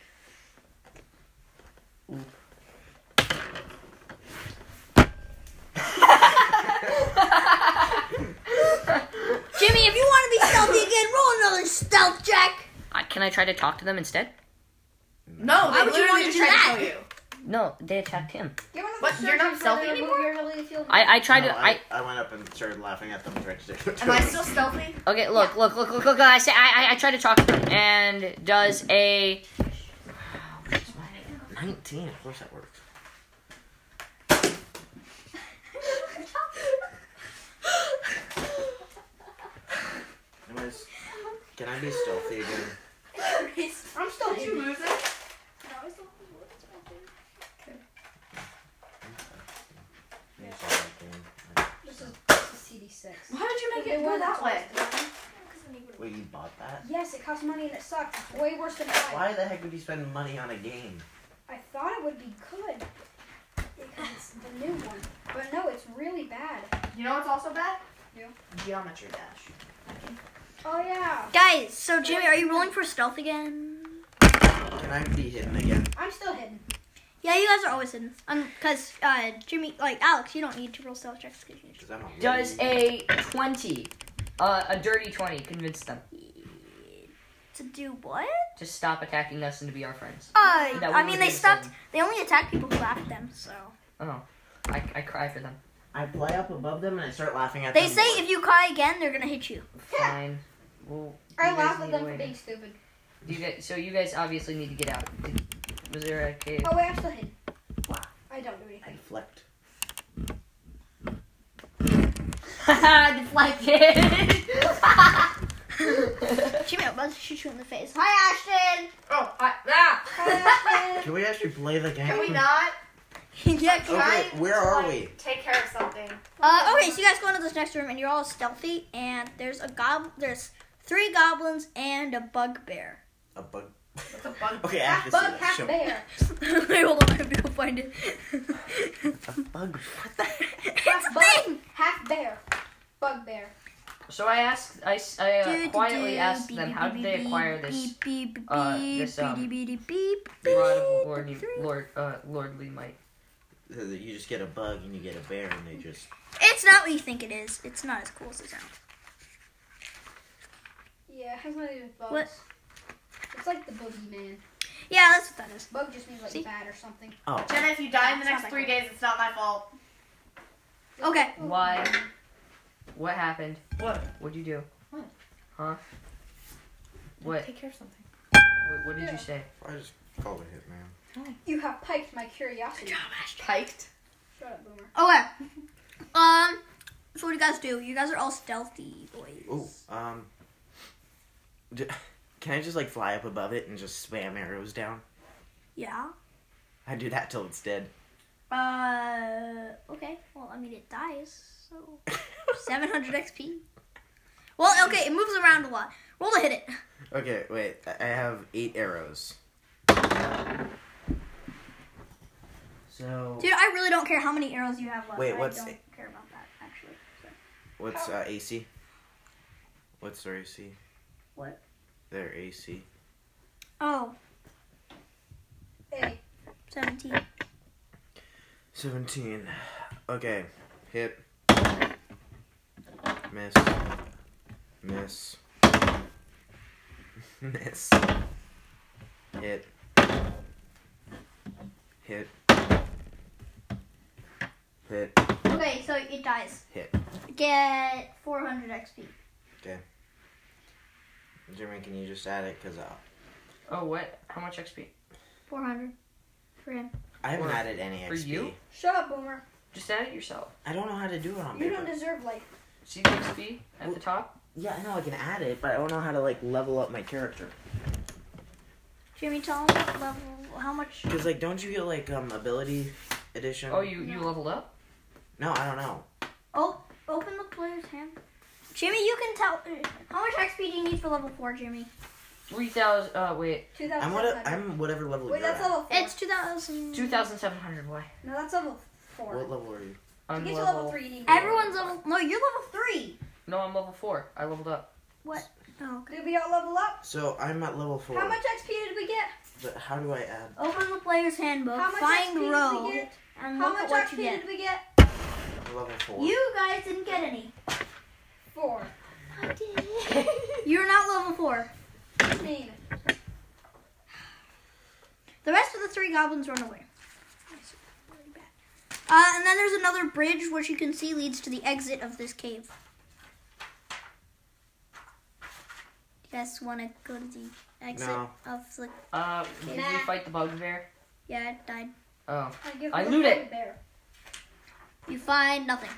Jimmy, if you want to be stealthy again, roll another stealth check. I, can I try to talk to them instead? no, they Why would you literally wanna just do tried that? to kill you. No, they attacked him. Get one of What, those you're not surgeons where stealthy they remove anymore? your ability to feel- I I tried No, to. I, I, I went up and started laughing at them. Tried to do it. Am I still stealthy? Okay, look, look, look, look, look, look. I say, I, I, I try to talk to them, and does a 19. Of course that works. Anyways, can I be stealthy again? I'm still Did you two. move that? Maybe it's all right then. This is, this is CD6. Why would you make They it go were that way? Wait, you bought that? Yes, it costs money and it sucks. It's way worse than mine. Why the heck would you spend money on a game? I thought it would be good because it's the new one, but no, it's really bad. You know what's also bad? Yeah. Geometry dash. Oh yeah, Guys, so Jimmy, are you rolling for stealth again? Can I be hidden again? I'm still hidden. Yeah, you guys are always hidden. Um, cause uh, Jimmy, like Alex, you don't need to roll stealth checks. 'cause you- Because I'm a does really- a twenty, uh, a dirty twenty, convince them To do what? to stop attacking us and to be our friends. Uh, That I mean, we would they do stopped. something. They only attack people who laugh at them. So I, I cry for them. I fly up above them and I start laughing at they them. say if you cry again, they're gonna hit you. Fine. Well, I you guys laugh need at to them for wait. being stupid. Do you guys, so you guys obviously need to get out. Did- was there a cave? Oh wait, I'm still hidden. I don't do anything. Deflect. Deflected. about to shoot you in the face. Hi, Ashton. Oh, I, ah. Can we actually play the game? Can we not? yeah. Okay, Try Hmm. where to, are like, we? Take care of something. Uh, okay, so you guys go into this next room and you're all stealthy, and there's a gob. There's three goblins and a bugbear. A bug. It's a bug. Okay, Ash, just Bug do that. half Show- bear. Wait, hold on, I have to go find it. A bug. What the it's a Bug. thing. Half bear. Bug bear. So I asked, I, s- I, uh, quietly Do-do-do, asked beep, them beep, how did they beep, acquire beep, this beep, beep, uh, this, beep, um, beep, beep, beep, beep, rod of beep, lord, beep. lord, uh, lordly might. You just get a bug and you get a bear and they just. It's not what you think it is. It's not as cool as it sounds. Yeah, it has nothing to do with bugs. What? It's like the boogeyman. Yeah, that's what that is. Bug just means like See? bad or something. Oh. Jenna, if you die in the It's not next my three days, it's not my fault. Okay. Oh. Why? What happened? What? What'd you do? What? Huh? What? Take care of something. What, what did Yeah. you say? I just called a hitman. You have piqued my curiosity. Piked. Shut up, Boomer. Okay. Um. So what do you guys do? You guys are all stealthy boys. Ooh. Um. d- Can I just like fly up above it and just spam arrows down? Yeah. I do that till it's dead. Uh. Okay. Well, I mean, it dies. So. 700 XP. Well, okay, it moves around a lot. Roll to hit it. okay, wait. I- I have eight arrows. So Dude, I really don't care how many arrows you have left. Wait, I what's don't it- care about that, actually. So. what's uh, AC? What's their AC? What? Their AC. Oh, Hey, 17. Seventeen. Okay, hit. Miss. Miss. Miss. Hit. Hit. Hit. Okay, so it dies. Hit. Get 400 XP. Jeremy, can you just add it? Cause uh, I, Oh, what? How much XP? 400 for him. I haven't Or- added any XP. for you? shut up, Boomer. Just add it yourself. I don't know how to do it on You paper. don't deserve life. See the XP at the top? Yeah, I know I can add it, but I don't know how to like level up my character. Jimmy, tell him what level, how much. Cause like, don't you get like um ability edition? Oh, you you leveled up? No, I don't know. Oh, open the player's hand. Jimmy, you can tell. uh, How much XP do you need for level 4, Jimmy? Three thousand. Uh, wait, Two thousand. I'm what I'm whatever level Wait, you're that's at. level four. It's 2,000. two thousand seven hundred. Why? no, that's level four. What level are you? I'm to get to level- level three, you need. Everyone's level. No, you're level 3. No, I'm level four. I leveled up. Oh, okay. Did we all level up? So I'm at level four. How much XP did we get? But how do I add? Open the player's handbook, How much find the XP row, did we get? and How look much at what XP you get. did we get? Level four. You guys didn't get any. Four. I did. You're not level four. Mean. The rest of the three goblins run away. Uh, and then there's another bridge, which you can see leads to the exit of this cave. You guys want to go to the exit No. of the? Uh, did we Nah. fight the bugbear? Yeah, it died. Oh, I, give I up loot on it. the Bear. You find nothing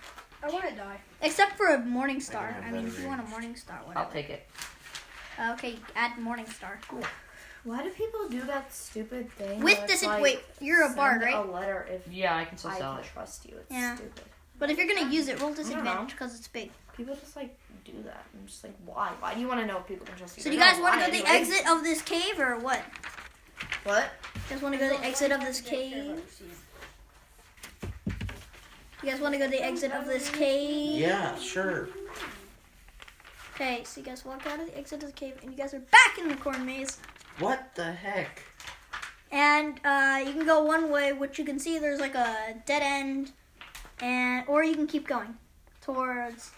I want to die. except for a morning star. have I, mean, better if you want a morning star, I'll whatever. Uh, take it. Okay, add morning star. Why do people do that stupid thing? With this, wait, you're a bard, right? letter if Yeah, I can still sell it. trust you. It's Yeah. stupid. But if you're gonna use it, roll know. disadvantage because it's big. People just like do that. I'm just like, why? Why do you want to know if people can trust you? So do They're you guys not want to go lying to the anyway. exit of this cave or what? What? You guys want to go to the exit of this cave? You guys want to go to the exit of this cave? Yeah, sure. Okay, so you guys walk out of the exit of the cave and you guys are back in the corn maze. What the heck? And uh, you can go one way, which you can see there's like a dead end, and or you can keep going towards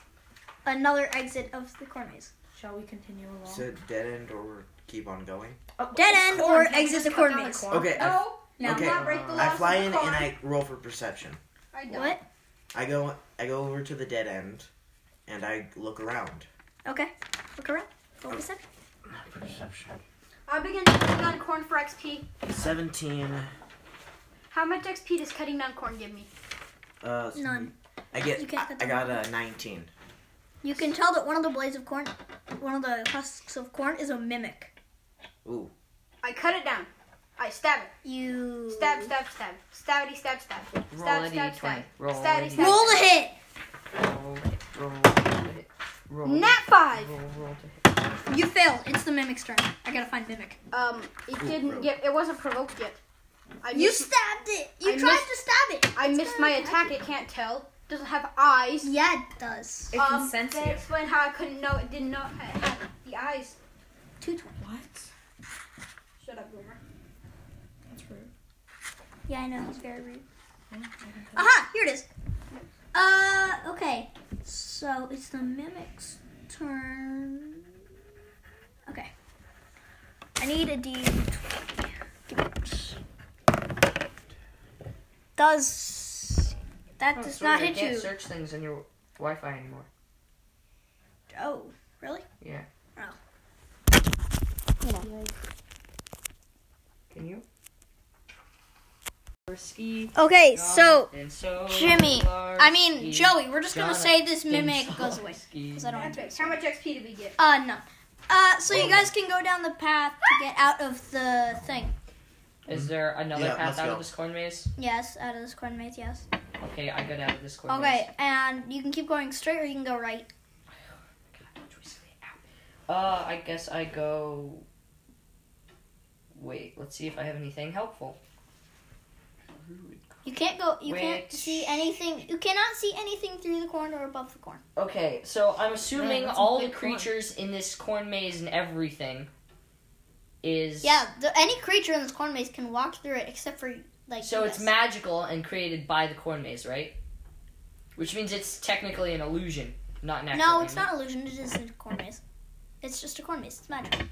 another exit of the corn maze. Shall we continue along? Is it dead end or keep on going? Oh, Dead it's end corn. or Can we exit just the cut corn down the maze. corn? Okay, I, No, no, okay. not break the laws I of fly the in and car. I roll for perception. I die. What? I go I go over to the dead end, and I look around. Okay, look around. Roll perception. Perception. I begin cutting down corn for XP. Seventeen. How much XP does cutting down corn give me? Uh, None. I You get. can't I, cut I them got a nineteen. You can tell that one of the blades of corn one of the husks of corn is a mimic. Ooh. I cut it down. I stab it. You Stab, stab, stab. Stabity, stab, stab. Roll Stab, a stab, d20. stab. Roll a Stabby, d20. stab. roll the hit. Roll it. Roll it. Roll it. Nat five. Roll, roll to hit. You fail. It's the mimic's turn. I gotta find mimic. Um, it didn't get. It wasn't provoked yet. I You missed, stabbed it. You I tried missed- to stab it. I missed my attack. It can't tell. Doesn't have eyes. Yeah, it does. It um, can sense they you. explained how I couldn't know. It didn't know. I had the eyes. Two twenty. Shut up, Boomer. Yeah, I know. He's very rude. Aha! Here it is. Uh, okay. So it's the mimic's turn. Okay. I need a d20. Give me this. Does that does not I hit Oh, can't you? search things on your Wi-Fi anymore. Oh, really? Yeah. Oh. Can you? Or ski. Okay, so and so Jimmy, large I mean ski, Joey, we're just gonna Got it. say this mimic and so goes away. ski. 'cause I don't Epic. How much XP did we get? Uh, no. Uh, so you guys can go down the path to get out of the thing. Is there another Yeah, path let's out go. of this corn maze? Yes, out of this corn maze. Yes. Okay, I got out of this corn maze. Okay, and you can keep going straight or you can go right. God, which way's the way out? Uh, I guess I go. Wait, let's see if I have anything helpful. You can't go. You can't Which- see anything. You cannot see anything through the corn or above the corn. Okay, so I'm assuming that's a all the big corn. creatures in this corn maze and everything is Yeah, the, any creature in this corn maze can walk through it except for like. So you it's guys. magical and created by the corn maze, right? Which means it's technically an illusion, not an actual No, it's animal. not illusion. It is a corn maze. It's just a corn maze. It's magic.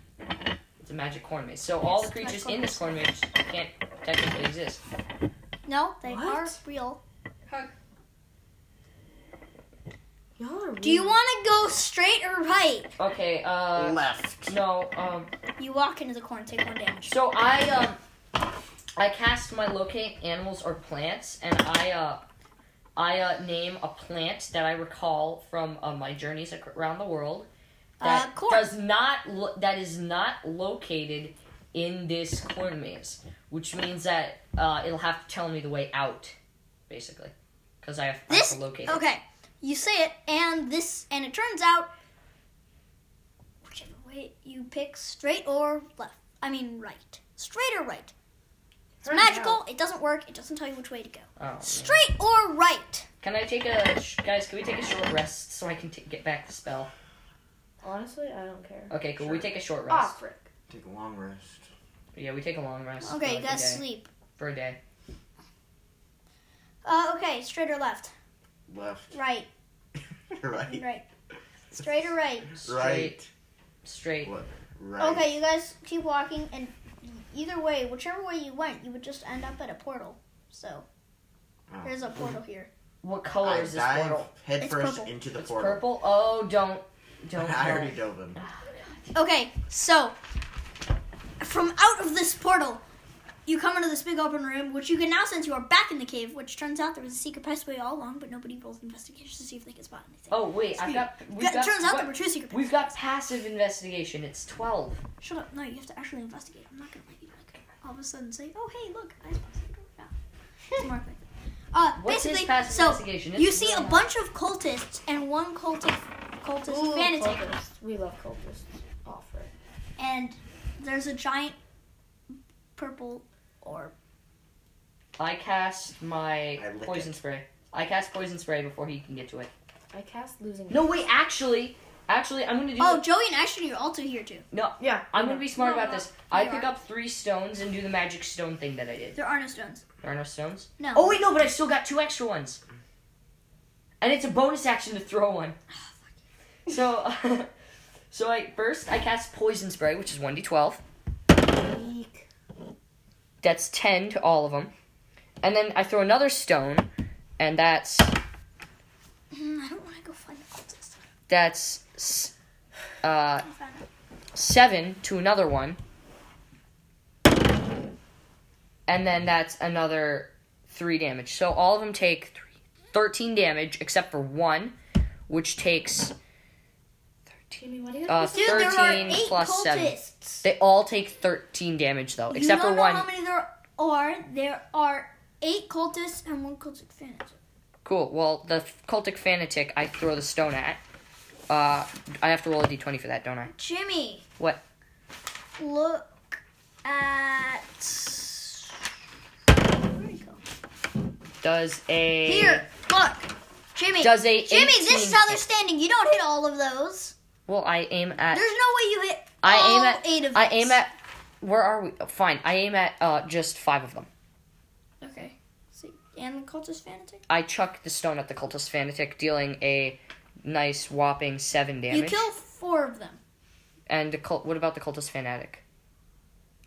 It's a magic corn maze. So all the it's a creatures magical in this corn maze can't technically exist. No, they What? are real. Y'all are Do you want to go straight or right? Okay, uh Left. no, um You walk into the corn, take one damage. so I um I cast my locate animals or plants and I uh I uh, name a plant that I recall from uh, my journeys ac- around the world that Uh, corn. does not lo- that is not located in this corn maze, which means that uh, it'll have to tell me the way out, basically, because I have I have This to locate. it. okay. You say it, and this, and it turns out, whichever way you pick, straight or left. I mean, right. Straight or right. It's magical. It doesn't work. It doesn't tell you which way to go. Oh, man. Straight or right. Can I take a sh- guys? Can we take a short rest so I can t- get back the spell? Honestly, I don't care. Okay, cool. We take a short Ah, rest. frick. Take a long rest. Yeah, we take a long rest. for Okay, you like a guys day- sleep. for a day. Uh, okay, straight or left. Left. Right. right. Right. Straight or right. Right. Straight. What? Right. Okay, you guys keep walking, and either way, whichever way you went, you would just end up at a portal. So Oh. there's a portal here. What color I is this dive portal? head It's first purple. into the It's portal. purple. Oh, don't, don't. I tell. already dove him. Okay, so from out of this portal, you come into this big open room, which you can now since you are back in the cave. Which turns out there was a secret passageway all along, but nobody rolls investigation to see if they can spot anything. Oh wait, I've got. We've Yeah, it got turns out what- there were two secret. We've passageways. got passive investigation. It's 12. Shut up! No, you have to actually investigate. I'm not gonna let you like all of a sudden say, "Oh, hey, look, I spotted something." No, It's more like- Uh, What's his basically, passive so investigation? you It's see a really bunch of cultists and one cultist, cultist fanatic. cultists. We love cultists. Oh, frick. and there's a giant purple orb. I cast my I lick poison it. spray. I cast poison spray before he can get to it. I cast losing. No, wait, actually. Actually, I'm gonna do. Oh, Joey and Ashton, you're also here too. no, Yeah. I'm gonna be smart No, about no, this. I you pick are. up three stones and do the magic stone thing that I did. There are no stones. There are no stones? No. Oh, wait, no, but I still got two extra ones. And it's a bonus action to throw one. So, so I first I cast poison spray, which is 1d12. Eek. That's 10 to all of them. And then I throw another stone, and that's Mm, I don't want to go find the cultist. that's s- uh, I found it. 7 to another one. And then that's another 3 damage. So all of them take three, 13 damage except for one, which takes 13, Jimmy, what do you Uh, Dude, there are 13 eight plus 7. cultists. They all take 13 damage, though, you except don't for know one. how many there are. There are eight cultists and one cultic fan. Cool. Well, the cultic fanatic I throw the stone at. Uh, I have to roll a d20 for that, don't I? Jimmy. What? Look at. Where'd he go? Does a Here, look, Jimmy. does a Jimmy, this 18 is how they're hit? standing. You don't hit all of those. Well, I aim at. There's no way you hit. I all aim at. eight of I those. aim at. Where are we? Oh, Fine. I aim at uh, just five of them. Okay. See, and the cultist fanatic. I chuck the stone at the cultist fanatic, dealing a nice whopping seven damage. You kill four of them. And the cult. What about the cultist fanatic?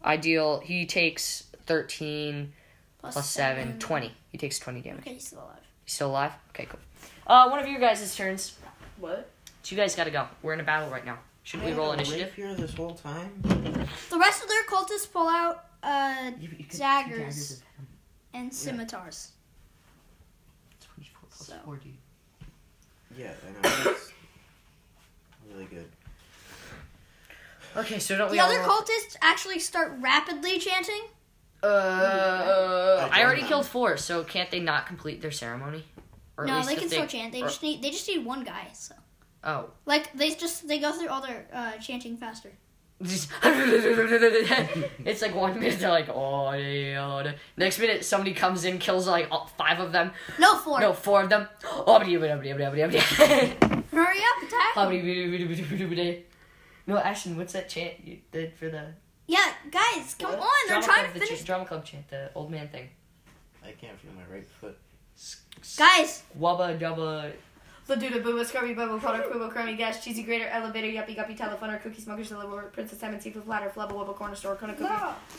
I deal. He takes thirteen Plus, plus seven, 20. He takes twenty damage. Okay, he's still alive. You still alive? Okay, cool. Uh, one of you guys' turns. What? So you guys gotta go. We're in a battle right now. Should we roll initiative? Here this whole time. The rest of their cultists pull out uh, You- you could- two daggers. is and scimitars. 24 plus So. 4, dude. Yeah, I know. That's really good. Okay, so don't we The all other roll- cultists actually start rapidly chanting. Uh, I I already don't know. killed four, so can't they not complete their ceremony? Or at no, least they if can still chant. They or- just need they just need one guy. So Oh. like they just they go through all their uh, chanting faster. Just it's like one minute they're like, oh, yeah. yeah." Next minute somebody comes in, kills like all, five of them. No four. No, four of them. Oh, No, Hurry up, attack. Oh, Ashton, what's that chant you did for the Yeah, guys, come What? on. They're Drama trying club, to the ch- finish. drama club chant, the old man thing. I can't feel my right foot. Guys, Wubba dubba. Laduda, Booba, Scrubby, Bubba, Potter, Quibble, Crummy, Gash, Cheesy Grater, Elevator, Yuppie, Guppy, Telephoner, Cookie Smoker, Silver, Princess Simon, Seafood, Flatter, Flubba, Wubba, Corner Store, Cone, Cookie,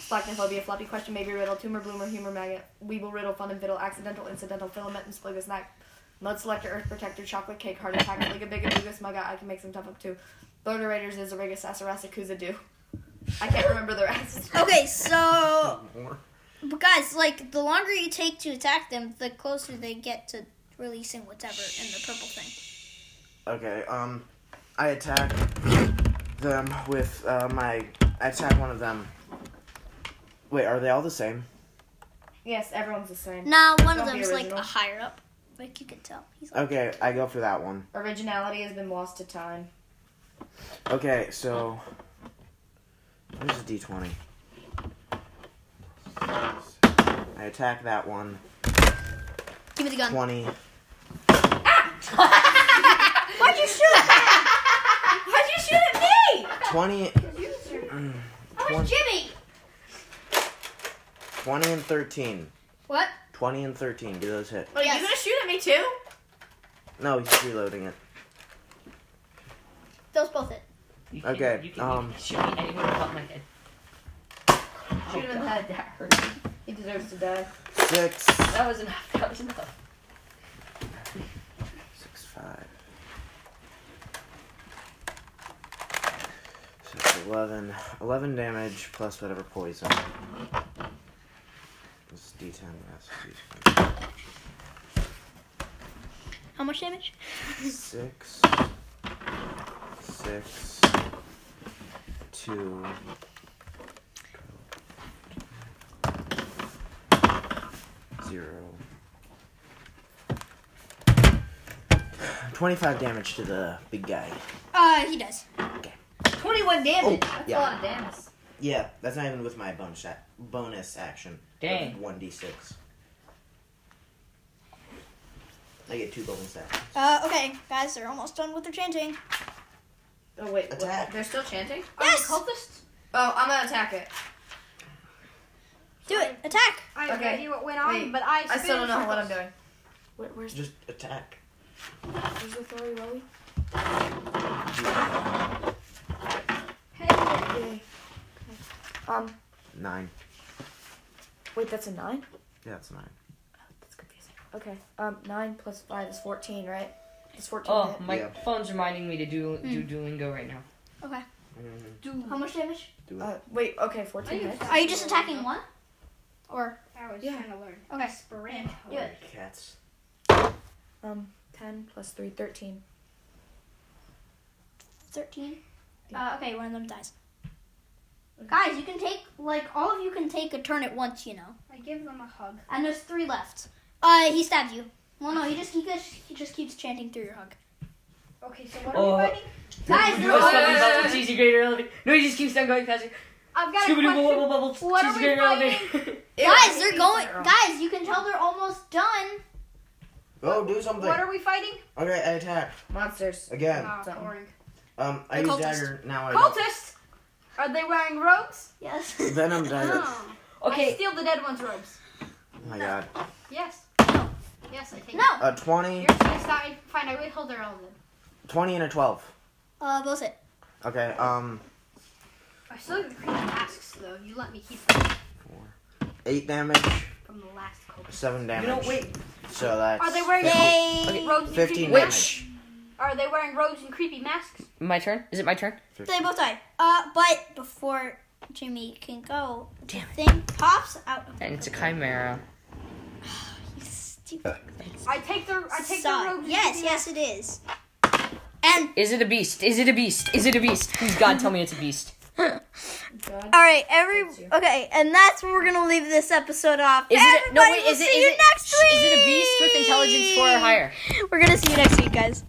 Blackness, Phobia, Floppy, Question, Maybe, Riddle, Tumor, Bloomer, Humor, Maggot, Weeble, Riddle, Fun and Fiddle, Accidental, Incidental, Filament, and Spliga, Snack, Mud Selector, Earth Protector, Chocolate Cake, Heart Attack, Liga, Bigga, Booga, Smugga, I can make some tough up too. Boulder Raiders, Izariga, Sasarasa, Kuzadu. I can't remember the rest. okay, so More. but guys, like the longer you take to attack them, the closer they get to releasing whatever in the purple thing. Okay, um, I attack them with uh, my. I attack one of them. Wait, are they all the same? Yes, everyone's the same. Now one of Don't be them's like a original. higher up, like you can tell. He's like, Okay, I go for that one. Originality has been lost to time. Okay, so. Where's the d20? I attack that one. give me the gun. 20. Why'd you shoot Why'd you shoot at me? 20. Mm, 20, Jimmy. 20 and 13. What? 20 and 13. Do those hit? Wait, Yes. you gonna shoot at me too? No, he's reloading it. Those both hit. You Okay, you can, um, shoot me anywhere above my head. Shoot him in the God, head. That hurt. He deserves to die. 6. That was enough. That was enough. 6, 5. Six, 11. 11 damage plus whatever poison. This is d10. That's d10. How much damage? six, six, two. Zero. Twenty-five damage to the big guy. Uh, he does. 21 damage. Oh, That's yeah. a lot of damage. Yeah, that's not even with my bonus ac- bonus action. Dang. One d six. I get two golden stacks. Uh, okay, guys, they're almost done with their chanting. Oh, wait. what? Attack. They're still chanting? Yes, cultists? Oh, I'm gonna attack it. do it. Attack. I have Okay. no idea what went on, Wait, Um, but I. I still spin in don't know what I'm circles. doing. Where, where's Just attack. where's the throwy roly? Um, Nine. wait, that's a 9? Yeah, that's nine. That's confusing. Okay. Um, 9 plus 5 is 14, right? It's 14. Oh, Hmm. my Yeah. phone's reminding me to do do Duolingo right now. Mm, How much damage? do it. Uh, wait, okay, 14 hits. Are you just attacking one? Or I was Yeah. trying to learn. okay. Sporadic. Holy cats. Um, 10 plus 3, 13. thirteen. Uh, okay, one of them dies. Guys, you can take like all of you can take a turn at once, you know. I give them a hug. And there's three left. Uh, he stabbed you. Well, no, he just he just he just keeps chanting through your hug. Okay, so what Oh. are we fighting? Guys, You they're just all- talking about the cheesy grater elevator. No, he just keeps on going faster. I've got Scooby a Doo question. bubble bubble bubble. What are cheesy we grater fighting? elevator. guys, they're going. Guys, you can tell they're almost done. Go Oh, do something. What are we fighting? Okay, I attack Monsters. again. Ah, Something. boring. Um, The I use cultist. dagger now. I don't. Cultists! Are they wearing robes? Yes. Venom dagger. Oh. I okay, steal the dead one's robes. Oh my god. Uh, Yes. Yes, I take No. it. A 20, Yours is fine. Fine, I will hold their own then. 20 and a twelve. Uh, both hit. Okay. Um, I still have the creepy masks though. You let me keep them eight damage, from the last cultist. seven you damage. know, wait. So that's. Are they wearing They robes and Fifteen creepy damage. masks? Are they wearing robes and creepy masks? My turn. Is it my turn? they both died. Uh, but before Jimmy can go, the thing pops out. And it's a chimera. You stupid. Uh. I take their I take sod. their robes. and Yes, creepy yes, it is. And Is it a beast? Is it a beast? Is it a beast? Please God, tell me it's a beast. God. all right, every okay, and that's where we're gonna leave this episode off. Is it? A, no Everybody, wait. we'll Is it? see is you it- next shh, Is it a beast with intelligence four or week. higher? We're gonna see you next week, guys.